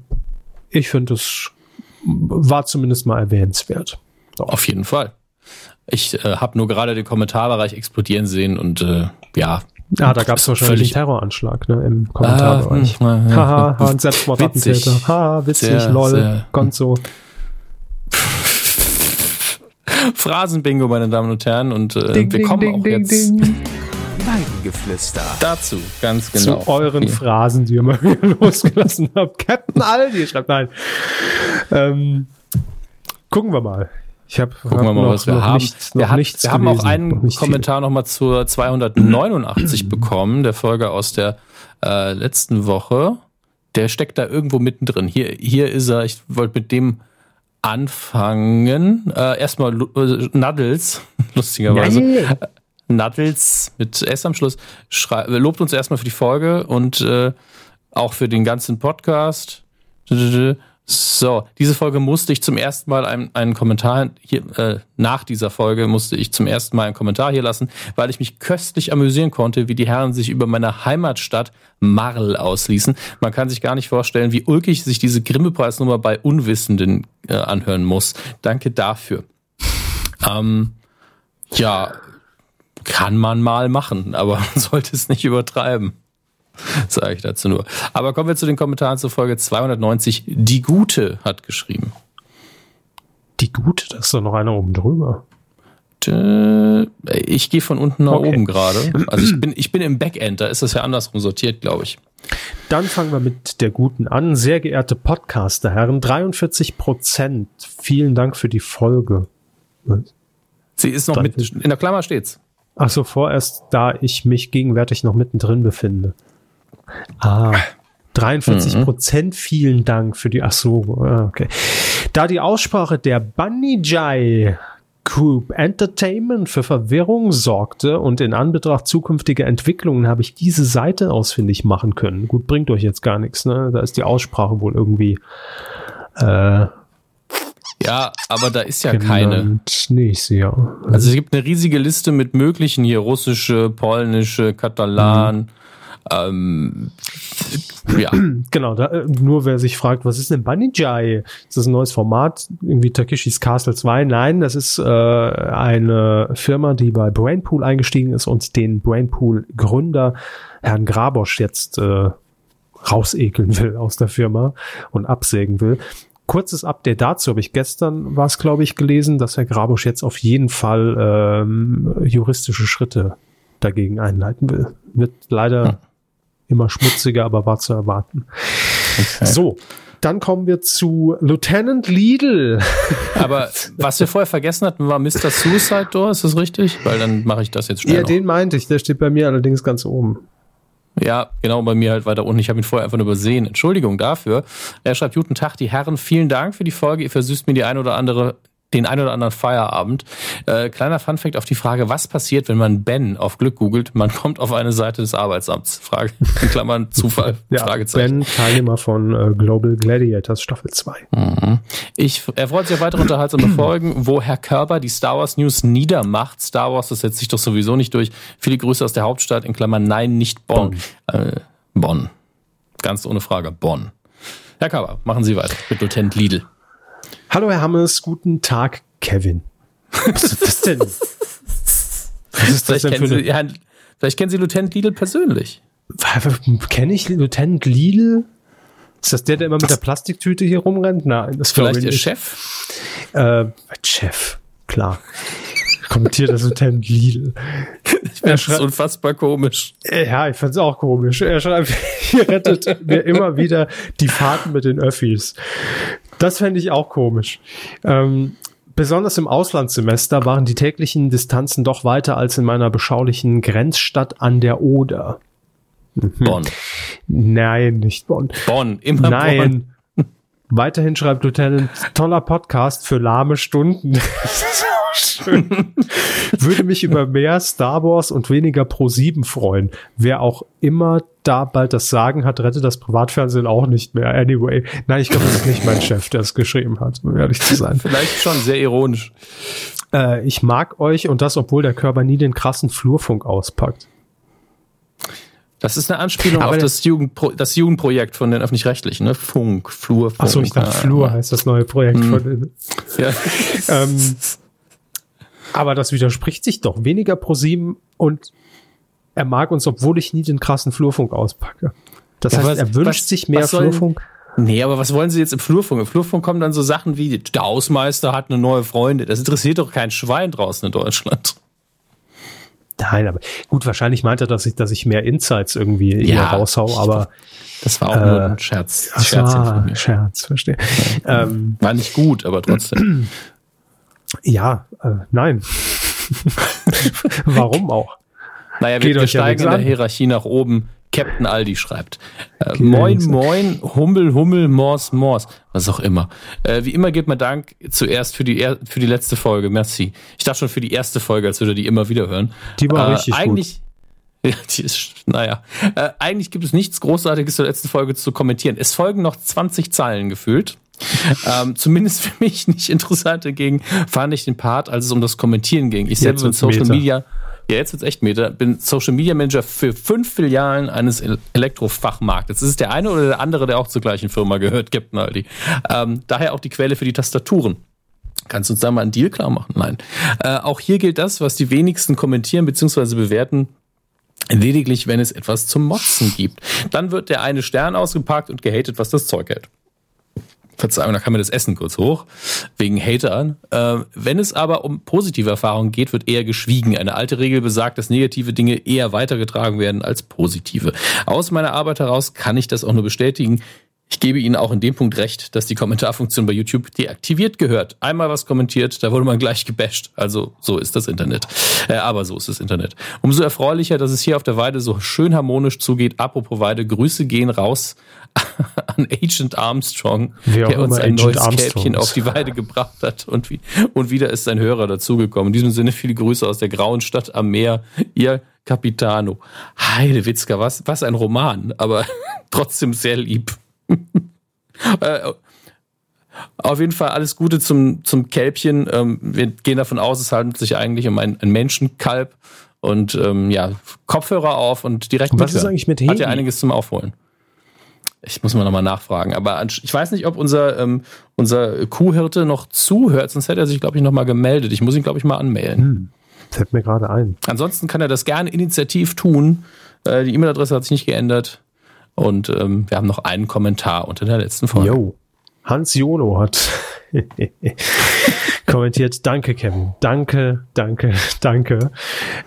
ich finde, es war zumindest mal erwähnenswert. Auf jeden Fall. Ich äh, habe nur gerade den Kommentarbereich explodieren sehen und äh, ja. Ah, da gab es wahrscheinlich Völlig- einen Terroranschlag ne, im Kommentarbereich. Ah, hm, ja, Haha, ja. ha, ein Selbstmordattentäter. Witzig. Haha, witzig, Sehr, lol, sehr. ganz so. Phrasenbingo, meine Damen und Herren. Und äh, wir kommen auch jetzt Weidengeflüster. dazu, ganz genau. zu euren Hier. Phrasen, die ihr mal wieder losgelassen habt. Captain Aldi schreibt nein. Ähm, gucken wir mal. Ich habe Gucken wir mal, was wir haben. Nicht, noch wir hat, nichts wir haben auch gelesen. Noch einen nicht viel. Kommentar nochmal zur 289 bekommen, der Folge aus der äh, letzten Woche. Der steckt da irgendwo mittendrin. Hier, hier ist er. Ich wollte mit dem anfangen. Äh, erstmal Lu- äh, Nuddles, lustigerweise. Nuttles mit S am Schluss schrei- lobt uns erstmal für die Folge und äh, auch für den ganzen Podcast. So, diese Folge musste ich zum ersten Mal einen, einen Kommentar hier, äh, nach dieser Folge musste ich zum ersten Mal einen Kommentar hier lassen, weil ich mich köstlich amüsieren konnte, wie die Herren sich über meine Heimatstadt Marl ausließen. Man kann sich gar nicht vorstellen, wie ulkig sich diese Grimme-Preisnummer bei Unwissenden äh, anhören muss. Danke dafür. Ähm, ja, kann man mal machen, aber man sollte es nicht übertreiben. Sage ich dazu nur. Aber kommen wir zu den Kommentaren zur Folge 290. Die Gute hat geschrieben. Die gute, da ist doch noch einer oben drüber. Tö, Ich gehe von unten nach Okay. oben gerade. Also ich bin, ich bin im Backend, da ist das ja andersrum sortiert, glaube ich. Dann fangen wir mit der guten an. Sehr geehrte Podcaster-Herren, 43 Prozent. Vielen Dank für die Folge. Sie ist noch Dann- mit, in der Klammer steht's. Ach so, vorerst, da ich mich gegenwärtig noch mittendrin befinde. Ah. 43 Prozent, vielen Dank für die, ach so, ah, okay. Da die Aussprache der Banijay Group Entertainment für Verwirrung sorgte und in Anbetracht zukünftiger Entwicklungen habe ich diese Seite ausfindig machen können. Gut, bringt euch jetzt gar nichts, ne? Da ist die Aussprache wohl irgendwie äh, Ja, aber da ist ja Genau. keine. genannt. Nee, ich sehe ja. Also es gibt eine riesige Liste mit Mhm. möglichen hier russische, polnische, katalan, ähm, ja. Genau, da, äh, nur wer sich fragt, was ist denn Banijai? Ist das ein neues Format? Irgendwie Takeshis Castle 2? Nein, das ist äh, eine Firma, die bei Brainpool eingestiegen ist und den Brainpool-Gründer Herrn Grabosch jetzt äh, rausekeln will aus der Firma und absägen will. Kurzes Update dazu habe ich gestern, war es glaube ich, gelesen, dass Herr Grabosch jetzt auf jeden Fall ähm, juristische Schritte dagegen einleiten will. Wird leider Hm. immer schmutziger, aber war zu erwarten. Okay. So, dann kommen wir zu Lieutenant Lidl. Aber was wir vorher vergessen hatten, war Mr. Suicide Door, ist das richtig? Weil dann mache ich das jetzt Ja, schnell. noch. den meinte ich, der steht bei mir allerdings ganz oben. Ja, genau, bei mir halt weiter unten. Ich habe ihn vorher einfach nur übersehen. Entschuldigung dafür. Er schreibt, guten Tag, die Herren, vielen Dank für die Folge. Ihr versüßt mir die ein oder andere den ein oder anderen Feierabend. Äh, kleiner Funfact auf die Frage, was passiert, wenn man Ben auf Glück googelt? Man kommt auf eine Seite des Arbeitsamts. Frage, in Klammern, Zufall, Fragezeichen. Hm. Ben, Teilnehmer von äh, Global Gladiators Staffel 2. Ich, er freut sich auf weitere unterhaltsame Folgen, wo Herr Körber die Star Wars News niedermacht. Star Wars, das setzt sich doch sowieso nicht durch. Viele Grüße aus der Hauptstadt, in Klammern nein, nicht Bonn. Äh, Bonn. Ganz ohne Frage, Bonn. Herr Körber, machen Sie weiter mit Lieutenant Lidl. Hallo Herr Hammes, guten Tag, Kevin. Was ist das denn? Was ist das Vielleicht denn kennen, für Sie, eine... ja, vielleicht kennen Sie Lieutenant Lidl persönlich. Kenne ich Lieutenant Lidl? Ist das der, der immer mit der Plastiktüte hier rumrennt? Nein, das glaube Vielleicht ich Ihr nicht. Chef. Äh, Chef, klar. Kommentiert das Lieutenant Lidl. Er Das ist schreibt, unfassbar komisch. Äh, ja, ich fand's auch komisch. Er schreibt, ihr rettet mir immer wieder die Fahrten mit den Öffis. Das fände ich auch komisch. Ähm, besonders im Auslandssemester waren die täglichen Distanzen doch weiter als in meiner beschaulichen Grenzstadt an der Oder. Hm. Bonn. Nein, nicht Bonn. Bonn, immer Bonn. Nein. Weiterhin schreibt Lieutenant, toller Podcast für lahme Stunden. Das ist auch schön. Würde mich über mehr Star Wars und weniger Pro 7 freuen. Wer auch immer da bald das Sagen hat, rettet das Privatfernsehen auch nicht mehr. Anyway. Nein, ich glaube, das ist nicht mein Chef, der es geschrieben hat, um ehrlich zu sein. Vielleicht schon, sehr ironisch. Äh, ich mag euch und das, obwohl der Körper nie den krassen Flurfunk auspackt. Das ist eine Anspielung Aber auf der- das, Jugendpro das Jugendprojekt von den Öffentlich-Rechtlichen, ne? Funk, Flur, Funk. Ah, Achso, ich dachte, ja. Flur heißt das neue Projekt von denen. Ja. Ähm, aber das widerspricht sich doch. Weniger ProSieben und er mag uns, obwohl ich nie den krassen Flurfunk auspacke. Das Ja, heißt, was- er wünscht was- sich mehr was sollen- Flurfunk. Nee, aber was wollen sie jetzt im Flurfunk? Im Flurfunk kommen dann so Sachen wie, der Hausmeister hat eine neue Freundin. Das interessiert doch kein Schwein draußen in Deutschland. Nein, aber gut, wahrscheinlich meint er, dass ich, dass ich mehr Insights irgendwie hier raushau, aber Das war auch Äh, nur ein Scherz. das Scherzchen war von ein mir. Scherz, verstehe. Ähm, War nicht gut, aber trotzdem. ja, äh, nein. Warum auch? Naja, Geht wir, wir euch ja nichts steigen in der an. Hierarchie nach oben. Captain Aldi schreibt. Äh, Geht moin, nichts an. moin, Hummel, Hummel, Mors, Mors. Was auch immer. Äh, wie immer geht mein Dank zuerst für die, er- für die letzte Folge. Merci. Ich dachte schon für die erste Folge, als würde die immer wieder hören. Äh, Die war richtig gut. eigentlich, Ja, die ist, naja. Äh, eigentlich gibt es nichts Großartiges zur letzten Folge zu kommentieren. Es folgen noch 20 Zeilen gefühlt. ähm, zumindest für mich nicht interessant. Dagegen fand ich den Part, als es um das Kommentieren ging. Ich selbst bin wird's Social Meta. Media, ja, jetzt wird's echt Meter, bin Social Media Manager für fünf Filialen eines El- Elektrofachmarktes. Das ist der eine oder der andere, der auch zur gleichen Firma gehört, Captain Aldi. Ähm, daher auch die Quelle für die Tastaturen. Kannst du uns da mal einen Deal klar machen? Nein. Äh, auch hier gilt das, was die wenigsten kommentieren bzw. bewerten. Lediglich, wenn es etwas zum Motzen gibt. Dann wird der eine Stern ausgepackt und gehatet, was das Zeug hält. Verzeihung, da kam mir das Essen kurz hoch, wegen Hatern. Ähm, wenn es aber um positive Erfahrungen geht, wird eher geschwiegen. Eine alte Regel besagt, dass negative Dinge eher weitergetragen werden als positive. Aus meiner Arbeit heraus kann ich das auch nur bestätigen. Ich gebe Ihnen auch in dem Punkt recht, dass die Kommentarfunktion bei YouTube deaktiviert gehört. Einmal was kommentiert, da wurde man gleich gebasht. Also so ist das Internet. Äh, aber so ist das Internet. Umso erfreulicher, dass es hier auf der Weide so schön harmonisch zugeht. Apropos Weide, Grüße gehen raus an Agent Armstrong, Wer auch der uns immer ein Agent neues Armstrong Kälbchen ist. auf die Weide gebracht hat und, wie, und wieder ist sein Hörer dazugekommen. In diesem Sinne viele Grüße aus der grauen Stadt am Meer, ihr Capitano. Heidewitzka, was, was ein Roman, aber trotzdem sehr lieb. Äh, auf jeden Fall alles Gute zum, zum Kälbchen. Ähm, wir gehen davon aus, es handelt sich eigentlich um ein, ein Menschenkalb. Und ähm, ja, Kopfhörer auf und direkt Und was ist mithören. eigentlich mit Hat Heli? ja einiges zum Aufholen. Ich muss mal nochmal nachfragen. Aber ansch- ich weiß nicht, ob unser, ähm, unser Kuhhirte noch zuhört, sonst hätte er sich, glaube ich, nochmal gemeldet. Ich muss ihn, glaube ich, mal anmelden. Hm. Fällt mir gerade ein. Ansonsten kann er das gerne initiativ tun. Äh, die E-Mail-Adresse hat sich nicht geändert. Und ähm, wir haben noch einen Kommentar unter der letzten Folge. Yo. Hans Jolo hat kommentiert, danke Kevin, danke, danke, danke.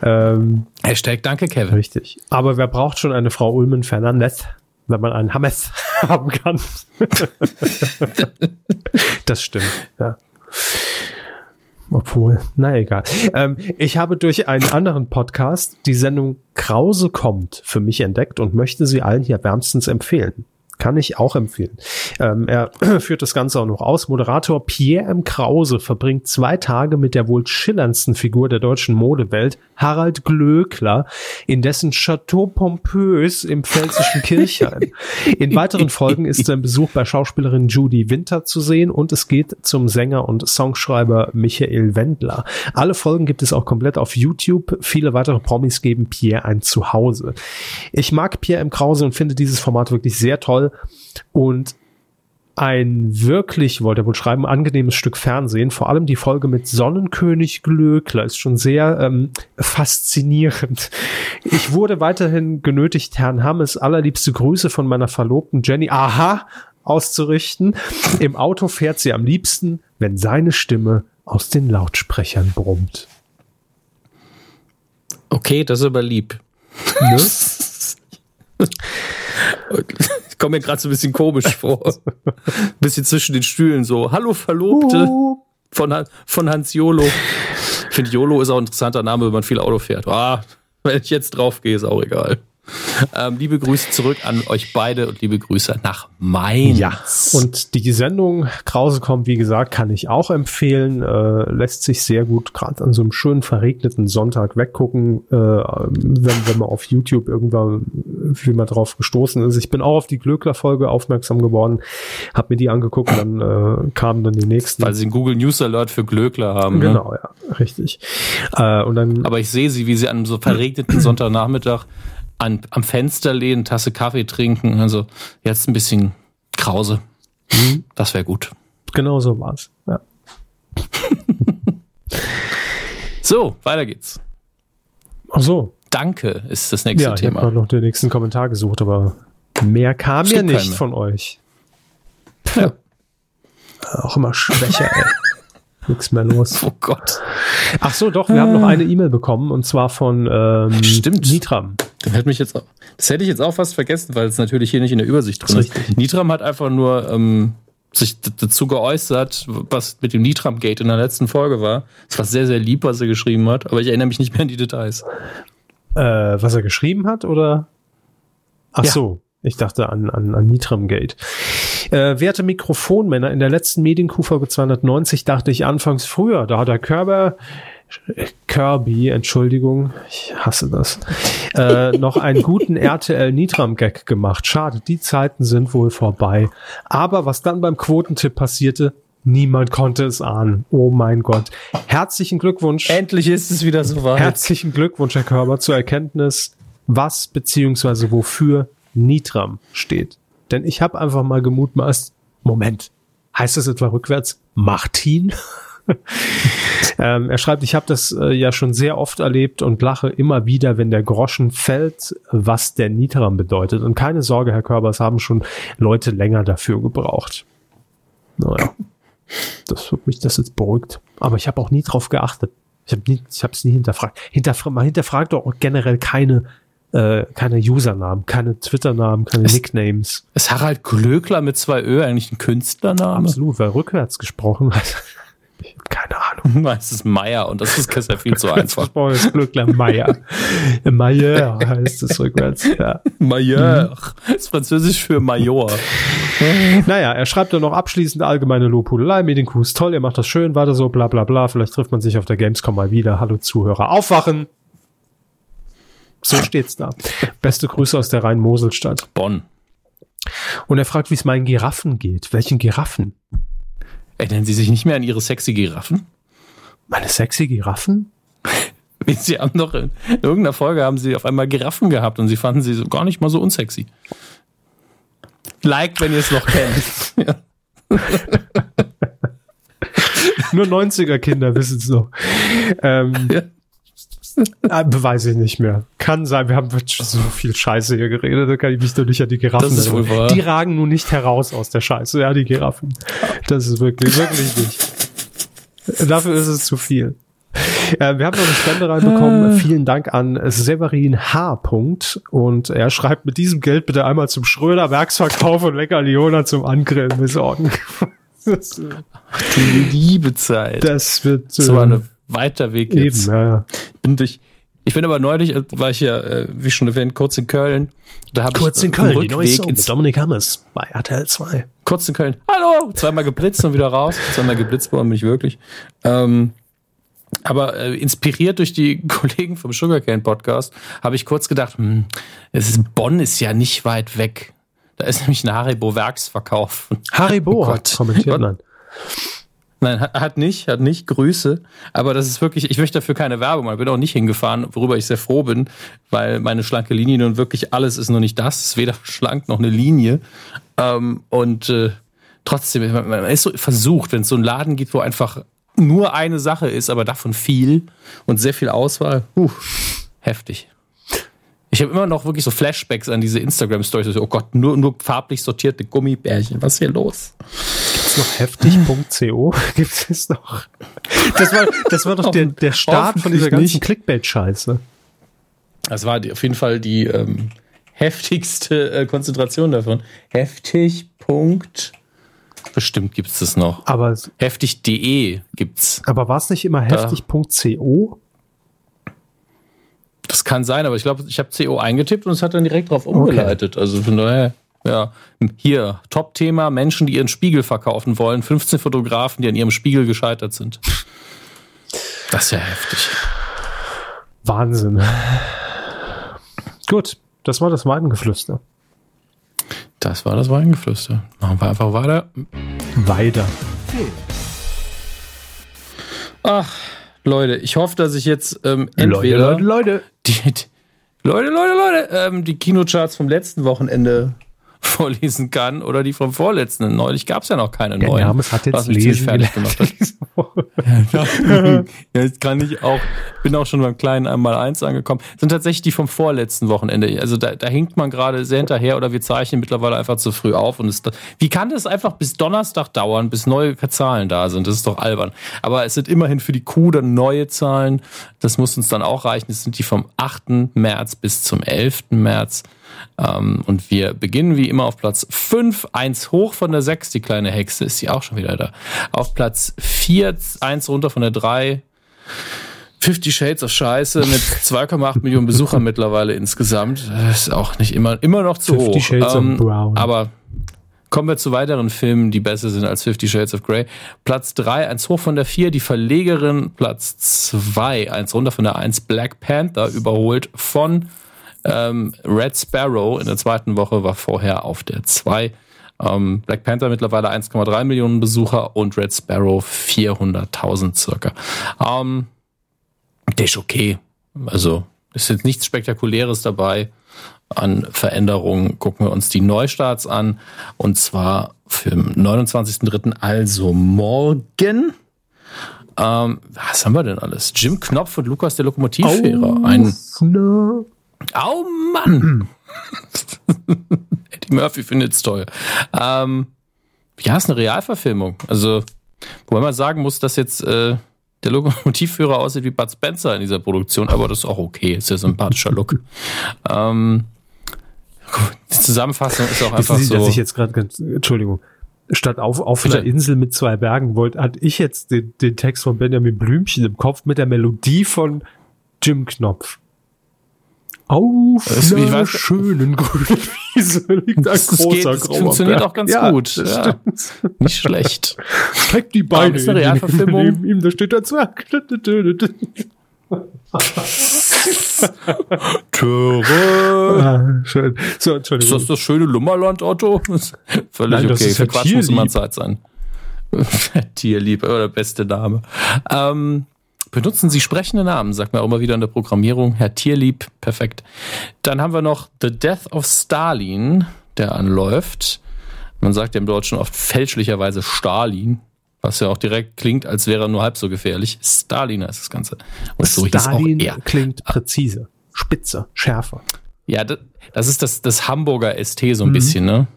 Ähm, Hashtag Danke, Kevin. richtig. Aber wer braucht schon eine Frau Ulmen Fernandez, wenn man einen Hammes haben kann? das stimmt, ja. Obwohl, na egal. Ähm, ich habe durch einen anderen Podcast die Sendung Krause kommt für mich entdeckt und möchte sie allen hier wärmstens empfehlen. Kann ich auch empfehlen. Ähm, er führt das Ganze auch noch aus. Moderator Pierre M. Krause verbringt zwei Tage mit der wohl schillerndsten Figur der deutschen Modewelt, Harald Glöckler, in dessen Chateau Pompeus im pfälzischen Kirchheim. In weiteren Folgen ist sein Besuch bei Schauspielerin Judy Winter zu sehen und es geht zum Sänger und Songschreiber Michael Wendler. Alle Folgen gibt es auch komplett auf YouTube. Viele weitere Promis geben Pierre ein Zuhause. Ich mag Pierre M. Krause und finde dieses Format wirklich sehr toll und ein wirklich, wollte er wohl schreiben, angenehmes Stück Fernsehen. Vor allem die Folge mit Sonnenkönig Glöckler ist schon sehr ähm, faszinierend. Ich wurde weiterhin genötigt, Herrn Hammes allerliebste Grüße von meiner Verlobten Jenny, aha, auszurichten. Im Auto fährt sie am liebsten, wenn seine Stimme aus den Lautsprechern brummt. Okay, das ist aber lieb. Ne? Ich komme mir gerade so ein bisschen komisch vor. bisschen zwischen den Stühlen so. Hallo, Verlobte. Von, Han- von Hans Jolo. Ich finde, Jolo ist auch ein interessanter Name, wenn man viel Auto fährt. Ah, wenn ich jetzt drauf gehe, ist auch egal. Ähm, liebe Grüße zurück an euch beide und liebe Grüße nach Mainz. Ja, und die Sendung Krause kommt, wie gesagt, kann ich auch empfehlen. Äh, lässt sich sehr gut gerade an so einem schönen verregneten Sonntag weggucken, äh, wenn, wenn man auf YouTube irgendwann, wie man drauf gestoßen ist. Ich bin auch auf die Glöckler-Folge aufmerksam geworden, habe mir die angeguckt, und dann äh, kamen dann die nächsten. Weil sie einen Google News Alert für Glöckler haben. Ne? genau, ja, richtig. Äh, und dann Aber ich sehe sie, wie sie an so verregneten Sonntagnachmittag an, am Fenster lehnen, Tasse Kaffee trinken. Also jetzt ein bisschen Krause. Das wäre gut. genau so war's. Ja. So, weiter geht's. Ach so, Danke ist das nächste ja, ich habe Thema. noch den nächsten Kommentar gesucht, aber mehr kam Es mir gibt nicht keinen mehr. von euch. Ja. Auch immer schwächer, ey. Nix mehr los. Äh. Oh Gott. Ach so, doch, wir haben noch eine E-Mail bekommen und zwar von ähm, Stimmt. Nitram. Das hätte, mich jetzt auch, das hätte ich jetzt auch fast vergessen, weil es natürlich hier nicht in der Übersicht drin Das ist. ist Nitram hat einfach nur ähm, sich d- dazu geäußert, was mit dem Nitram-Gate in der letzten Folge war. Es war sehr, sehr lieb, was er geschrieben hat, aber ich erinnere mich nicht mehr an die Details. Äh, was er geschrieben hat, oder? Ach Ja. so, ich dachte an, an, an Nitram Gate. Äh, werte Mikrofonmänner, in der letzten Medienkuh-Folge 290 dachte ich anfangs früher, da hat der Körper Kirby, Entschuldigung, ich hasse das, äh, noch einen guten RTL Nitram-Gag gemacht. Schade, die Zeiten sind wohl vorbei. Aber was dann beim Quotentipp passierte, niemand konnte es ahnen. Oh mein Gott. Herzlichen Glückwunsch. Endlich ist es wieder soweit. Herzlichen Glückwunsch, Herr Körber, zur Erkenntnis, was beziehungsweise wofür Nitram steht. Denn ich habe einfach mal gemutmaßt, Moment, heißt das etwa rückwärts Martin? ähm, er schreibt, ich habe das äh, ja schon sehr oft erlebt und lache immer wieder, wenn der Groschen fällt, was der Nitram bedeutet. Und keine Sorge, Herr Körber, es haben schon Leute länger dafür gebraucht. Naja, das hat mich das jetzt beruhigt. Aber ich habe auch nie drauf geachtet. Ich habe nie, ich habe es nie hinterfragt. Hinterfra man hinterfragt doch auch generell keine, äh, keine Usernamen, keine Twitter-Namen, keine Nicknames. Ist Harald Glöckler mit zwei Ö eigentlich ein Künstlername? Absolut, weil rückwärts gesprochen hat. Ich habe keine Ahnung. Es ist Meier und das ist gestern viel zu einfach. Gesprochen ist Glückler Meier. Meier heißt es rückwärts. Ja. Meier Mhm. ist französisch für Major. Naja, er schreibt dann noch abschließend allgemeine Lobhudelei. Medienkuh ist toll, ihr macht das schön, weiter so, bla bla bla. Vielleicht trifft man sich auf der Gamescom mal wieder. Hallo Zuhörer, aufwachen! So steht's da. Beste Grüße aus der Rhein-Mosel-Stadt. Bonn. Und er fragt, wie es meinen Giraffen geht. Welchen Giraffen? Erinnern Sie sich nicht mehr an Ihre sexy Giraffen? Meine sexy Giraffen? Sie haben doch in irgendeiner Folge haben sie auf einmal Giraffen gehabt und sie fanden sie so gar nicht mal so unsexy. Like, wenn ihr es noch kennt. ja. Nur 90er-Kinder wissen es noch. Ähm, Ja. äh, Beweise ich nicht mehr. Kann sein, wir haben so viel Scheiße hier geredet, da kann ich mich doch nicht an die Giraffen Das ist wohl erinnern. wahr. Die ragen nun nicht heraus aus der Scheiße, ja, die Giraffen. Das ist wirklich, wirklich nicht. Dafür ist es zu viel. Äh, wir haben noch eine Spende Ah. reinbekommen. Vielen Dank an Severin H. Punkt. Und er schreibt, mit diesem Geld bitte einmal zum Schröder Werksverkauf und Lecker Leona zum Angrillen besorgen. Das, äh, Die liebe Zeit. das wird das war äh, ein weiter Weg jetzt. eben, ja, ja. Bin durch, ich bin aber neulich, äh, war ich ja, äh, wie schon erwähnt, kurz in Köln. Da hab ich, äh, am Rückweg ins Dominik Hammers bei RTL 2. kurz in Köln, hallo, zweimal geblitzt und wieder raus. Zweimal geblitzt worden bin ich wirklich. Ähm, aber äh, inspiriert durch die Kollegen vom Sugarcane Podcast habe ich kurz gedacht, hm, es ist, Bonn ist ja nicht weit weg. Da ist nämlich ein Haribo Werksverkauf. Haribo Oh hat Gott. kommentiert, Gott. nein. Nein, hat hat nicht, hat nicht. Grüße. Aber das ist wirklich, ich möchte dafür keine Werbung machen. Ich bin auch nicht hingefahren, worüber ich sehr froh bin, weil meine schlanke Linie nun wirklich alles ist nur nicht das. Es ist weder schlank noch eine Linie. Ähm, und äh, trotzdem, man man ist so versucht, wenn es so einen Laden gibt, wo einfach nur eine Sache ist, aber davon viel und sehr viel Auswahl. Huh, heftig. Ich habe immer noch wirklich so Flashbacks an diese Instagram-Stories. Oh Gott, nur, nur farblich sortierte Gummibärchen. Was ist hier los? Ist noch heftig.co gibt es noch. Das war, das war doch der, der Start von dieser Hoffentlich ganzen nicht. Clickbait-Scheiße. Das war die, auf jeden Fall die ähm, heftigste äh, Konzentration davon. Heftig. Punkt. Bestimmt gibt's das noch. Aber, Heftig.de gibt's. aber war es nicht immer heftig.co? Das kann sein, aber ich glaube, ich habe CO eingetippt und es hat dann direkt drauf umgeleitet. Also von daher, ja. Hier, Top-Thema: Menschen, die ihren Spiegel verkaufen wollen. 15 Fotografen, die an ihrem Spiegel gescheitert sind. Das ist ja heftig. Wahnsinn. Gut, das war das Weidengeflüster. Das war das Weingeflüster. Machen wir einfach weiter. Weider. Ach, Leute, ich hoffe, dass ich jetzt ähm, entweder. Leute. die, die, Leute, Leute, Leute, ähm, die Kinocharts vom letzten Wochenende vorlesen kann oder die vom vorletzten. Neulich gab es ja noch keine Der neuen. Name hat jetzt was mich ziemlich lesen fertig gemacht hat. ja, jetzt kann ich auch, bin auch schon beim kleinen einmal eins angekommen. Sind tatsächlich die vom vorletzten Wochenende. Also da, da hinkt man gerade sehr hinterher oder wir zeichnen mittlerweile einfach zu früh auf und es, wie kann das einfach bis Donnerstag dauern, bis neue Zahlen da sind? Das ist doch albern. Aber es sind immerhin für die Kuh dann neue Zahlen. Das muss uns dann auch reichen. Das sind die vom 8. März bis zum 11. März. Ähm, und wir beginnen wie immer auf Platz 5, 1 hoch von der 6, die kleine Hexe ist sie auch schon wieder da. Auf Platz 4, 1 runter von der 3. 50 Shades of Scheiße mit 2,8 Millionen Besuchern mittlerweile insgesamt. Das ist auch nicht immer, immer noch zu 50 hoch. Ähm, Shades of Brown. Aber kommen wir zu weiteren Filmen, die besser sind als 50 Shades of Grey. Platz 3, 1 hoch von der 4, die Verlegerin. Platz 2, 1 runter von der 1, Black Panther, überholt von ähm, Red Sparrow in der zweiten Woche war vorher auf der 2. Ähm, Black Panther mittlerweile 1,3 Millionen Besucher und Red Sparrow 400.000 circa. Ähm, der ist okay. Also ist jetzt nichts Spektakuläres dabei an Veränderungen. Gucken wir uns die Neustarts an. Und zwar für den 29.03., also morgen. Ähm, was haben wir denn alles? Jim Knopf und Lukas der Lokomotivfahrer. Ein ne? Au Mann! Eddie Murphy findet's toll. Ähm, ja, ist eine Realverfilmung. Also, wobei man sagen muss, dass jetzt äh, der Lokomotivführer aussieht wie Bud Spencer in dieser Produktion, aber das ist auch okay. Ist ja sympathischer Look. ähm, die Zusammenfassung ist auch einfach Wissen Sie, so. dass ich jetzt gerade ganz, Entschuldigung, statt auf, auf Bitte. einer Insel mit zwei Bergen wollte, hatte ich jetzt den, den Text von Benjamin Blümchen im Kopf mit der Melodie von Jim Knopf. Auf Das- ich einer weiß- schönen grünen Wiese liegt ein Das großer geht, das grauer funktioniert Berg. auch ganz ja, gut. das Ja. stimmt. Nicht schlecht. Streckt die Beine ist eine in die- Realverfilmung. neben ihm, da steht der Zwerg. Töre. Ah, schön. So, Ist Entschuldigung. das das schöne Lummerland, Otto? Völlig Nein, das okay. ist Für ja Quatsch muss immer tierlieb. Zeit sein. tierlieb, aber der beste Name. Ähm, benutzen Sie sprechende Namen, sagt man auch immer wieder in der Programmierung. Herr Tierlieb, perfekt. Dann haben wir noch The Death of Stalin, der anläuft. Man sagt ja im Deutschen oft fälschlicherweise Stalin, was ja auch direkt klingt, als wäre er nur halb so gefährlich. Stalin heißt das Ganze. Und so Stalin klingt präzise, spitzer, schärfer. Ja, das, das ist das, das Hamburger ST so ein mhm. bisschen, ne?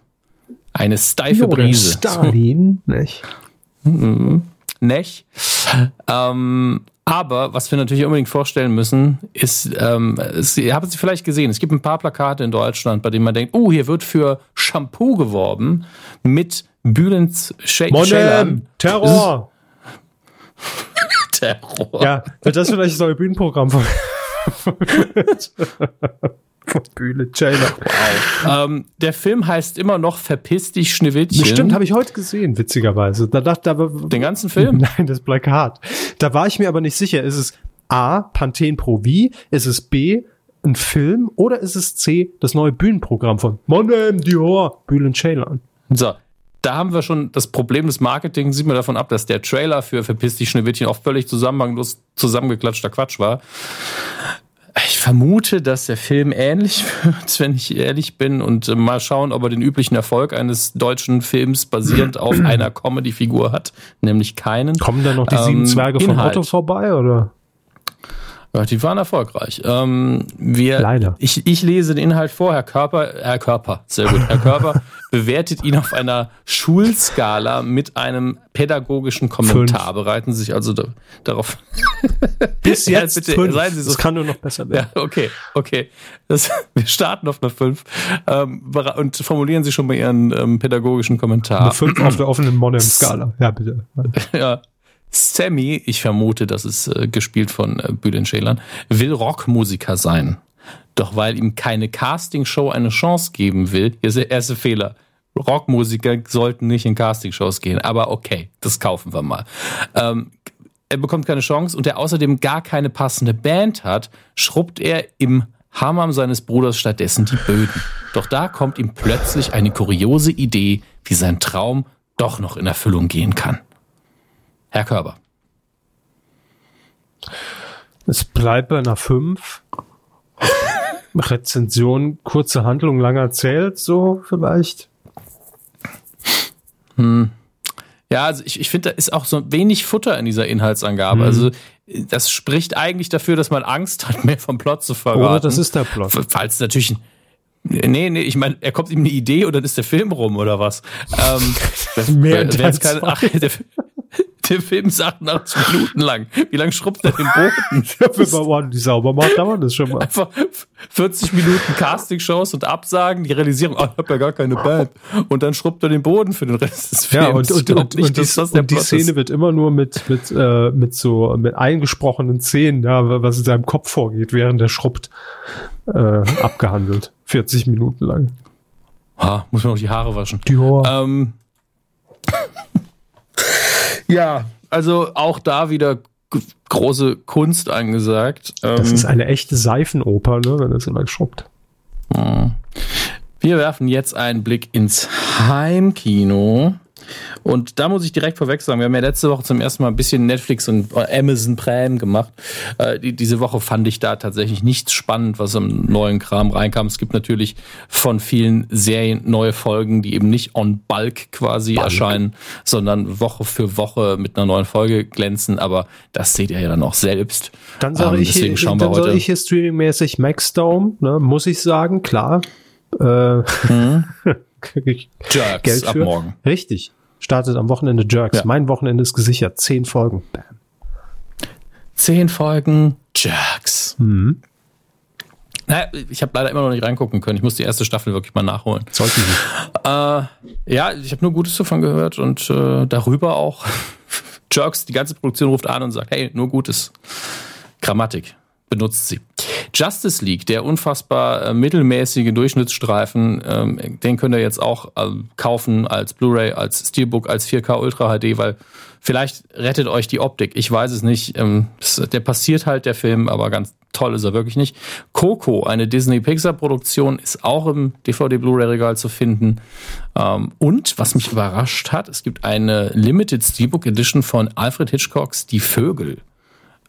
Eine steife Jo, der Brise. Stalin, nicht? Mhm. Nech. Ähm, aber was wir natürlich unbedingt vorstellen müssen, ist, ähm, es, ihr habt es vielleicht gesehen, es gibt ein paar Plakate in Deutschland, bei denen man denkt, oh, hier wird für Shampoo geworben mit Bülents Shake Monem, Terror! Terror. Ja, wird das vielleicht das neue Bühnenprogramm von, von Bühne Taylor. Ähm, der Film heißt immer noch Verpiss dich Schneewittchen. Bestimmt, habe ich heute gesehen, witzigerweise. Da dachte da, den ganzen Film. Nein, das Plakat. Da war ich mir aber nicht sicher. Ist es A, Panthen Pro V? Ist es B, ein Film? Oder ist es C, das neue Bühnenprogramm von Monem Dior, Bülent Ceylan? So, da haben wir schon das Problem des Marketings, sieht man davon ab, dass der Trailer für Verpiss dich Schneewittchen auch völlig zusammenhanglos zusammengeklatschter Quatsch war. Ich vermute, dass der Film ähnlich wird, wenn ich ehrlich bin, und äh, mal schauen, ob er den üblichen Erfolg eines deutschen Films basierend auf einer Comedy-Figur hat, nämlich keinen. Kommen dann noch die Ähm, sieben Zwerge von Inhalt. Otto vorbei, oder? Ja, die waren erfolgreich. Ähm, wir, Leider. Ich, ich lese den Inhalt vor. Herr Körper, Herr Körper, sehr gut. Herr Körper bewertet ihn auf einer Schulskala mit einem pädagogischen Kommentar. Bereiten Sie sich also da, darauf. Bis Ja, jetzt bitte, fünf. seien Sie so- Das kann nur noch besser werden. Ja, okay, okay. Das, wir starten auf einer 5 ähm, bere- und formulieren Sie schon mal Ihren ähm, pädagogischen Eine Kommentar. 5 auf der offenen Monem-Skala. Ja, bitte. Ja. Sammy, ich vermute, das ist äh, gespielt von äh, Bülent Ceylan, will Rockmusiker sein. Doch weil ihm keine Castingshow eine Chance geben will, hier ist der erste Fehler. Rockmusiker sollten nicht in Castingshows gehen, aber okay, das kaufen wir mal. Ähm, er bekommt keine Chance und er außerdem gar keine passende Band hat, schrubbt er im Hammam seines Bruders stattdessen die Böden. Doch da kommt ihm plötzlich eine kuriose Idee, wie sein Traum doch noch in Erfüllung gehen kann. Herr Körber. Es bleibt bei einer 5. Rezension, kurze Handlung, langer erzählt, so vielleicht. Ja, also ich, ich finde, da ist auch so wenig Futter in dieser Inhaltsangabe. Also Mhm. das spricht eigentlich dafür, dass man Angst hat, mehr vom Plot zu verraten. Oder das ist der Plot. F- Falls natürlich. Nee, nee, ich meine, er kommt ihm eine Idee und dann ist der Film rum oder was? Ähm, Mehr in wär- Teil wär's keine, zwei. ach, der, F- der Film ist 88 Minuten lang. Wie lange schrubbt er den Boden? Wenn man ordentlich sauber macht, dauert das schon mal. Einfach 40 Minuten Castingshows und Absagen, die Realisierung, ah, ich habe ja gar keine Band. Und dann schrubbt er den Boden für den Rest des Films. Ja, und, Ich und, glaub und, nicht, und, dass das, das der und die Plot Szene ist. wird immer nur mit, mit, äh, mit so mit eingesprochenen Szenen, ja, was in seinem Kopf vorgeht, während er schrubbt, äh, abgehandelt. 40 Minuten lang. Ah, muss man auch die Haare waschen. Dior. Ähm, ja, also auch da wieder g- große Kunst angesagt. Ähm, das ist eine echte Seifenoper, ne, wenn er so lang schrubbt. wir werfen jetzt einen Blick ins Heimkino. Und da muss ich direkt vorweg sagen, wir haben ja letzte Woche zum ersten Mal ein bisschen Netflix und äh, Amazon Prime gemacht. Äh, die, diese Woche fand ich da tatsächlich nichts spannend, was am neuen Kram reinkam. Es gibt natürlich von vielen Serien neue Folgen, die eben nicht on Bulk quasi erscheinen, sondern Woche für Woche mit einer neuen Folge glänzen. Aber das seht ihr ja dann auch selbst. Dann sage Ähm, ich, deswegen hier, schauen wir dann sage heute. ich hier streamingmäßig Maxdome, ne, muss ich sagen, klar. Äh, krieg ich Mhm. Jerks Geld ab für. morgen. Richtig. Startet am Wochenende Jerks. Ja. Mein Wochenende ist gesichert. Zehn Folgen. Bam. Zehn Folgen Jerks. Naja, ich habe leider immer noch nicht reingucken können. Ich muss die erste Staffel wirklich mal nachholen. Äh, Sollten Sie. Ja, ich habe nur Gutes davon gehört und äh, darüber auch. Jerks, die ganze Produktion ruft an und sagt, hey, nur Gutes. Grammatik benutzt sie. Justice League, der unfassbar äh, mittelmäßige Durchschnittsstreifen, ähm, den könnt ihr jetzt auch ähm, kaufen als Blu-ray, als Steelbook, als 4K Ultra HD, weil vielleicht rettet euch die Optik. Ich weiß es nicht. Ähm, das, der passiert halt der Film, aber ganz toll ist er wirklich nicht. Coco, eine Disney-Pixar-Produktion, ist auch im DVD-Blu-ray-Regal zu finden. Ähm, und was mich überrascht hat, es gibt eine Limited Steelbook Edition von Alfred Hitchcocks Die Vögel.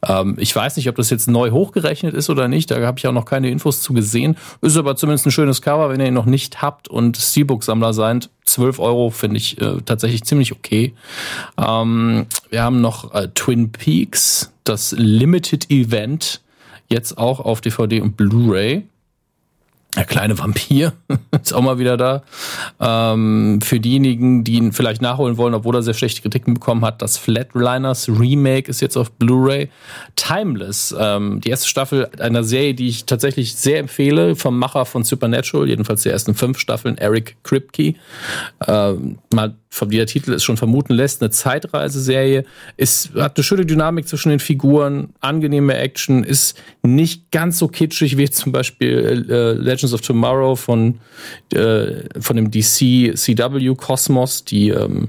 Ähm, ich weiß nicht, ob das jetzt neu hochgerechnet ist oder nicht. Da habe ich auch noch keine Infos zu gesehen. Ist aber zumindest ein schönes Cover, wenn ihr ihn noch nicht habt und Steelbook-Sammler seid. 12 Euro finde ich äh, tatsächlich ziemlich okay. Ähm, wir haben noch äh, Twin Peaks, das Limited Event, jetzt auch auf DVD und Blu-ray. Der kleine Vampir ist auch mal wieder da. Ähm, für diejenigen, die ihn vielleicht nachholen wollen, obwohl er sehr schlechte Kritiken bekommen hat, das Flatliners Remake ist jetzt auf Blu-ray. Timeless, ähm, die erste Staffel einer Serie, die ich tatsächlich sehr empfehle, vom Macher von Supernatural, jedenfalls die ersten fünf Staffeln, Eric Kripke. Ähm, mal wie der Titel es schon vermuten lässt, eine Zeitreiseserie. Ist, hat eine schöne Dynamik zwischen den Figuren, angenehme Action, ist nicht ganz so kitschig wie zum Beispiel äh, Legends of Tomorrow von, äh, von dem DC CW Cosmos, die ähm,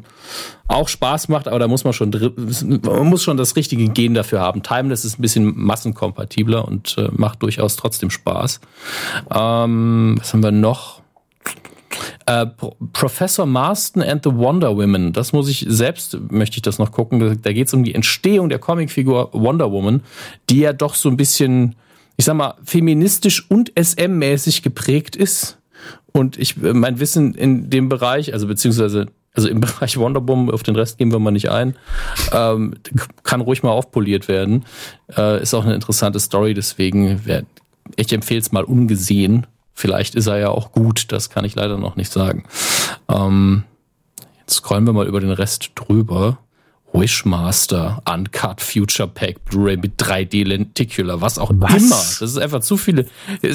auch Spaß macht, aber da muss man schon man muss schon das richtige Gen dafür haben. Timeless ist ein bisschen massenkompatibler und äh, macht durchaus trotzdem Spaß. Ähm, was haben wir noch? Uh, Professor Marston and the Wonder Women. Das muss ich selbst, möchte ich das noch gucken. Da geht es um die Entstehung der Comicfigur Wonder Woman, die ja doch so ein bisschen, ich sag mal, feministisch und SM-mäßig geprägt ist. Und ich, mein Wissen in dem Bereich, also beziehungsweise also im Bereich Wonderbomb, auf den Rest gehen wir mal nicht ein, ähm, kann ruhig mal aufpoliert werden. Äh, ist auch eine interessante Story, deswegen, wär, ich empfehle es mal ungesehen. Vielleicht ist er ja auch gut, das kann ich leider noch nicht sagen. Ähm, jetzt scrollen wir mal über den Rest drüber. Wishmaster, Uncut Future Pack, Blu-ray mit 3D Lenticular, was auch was? immer. Das ist einfach zu viele.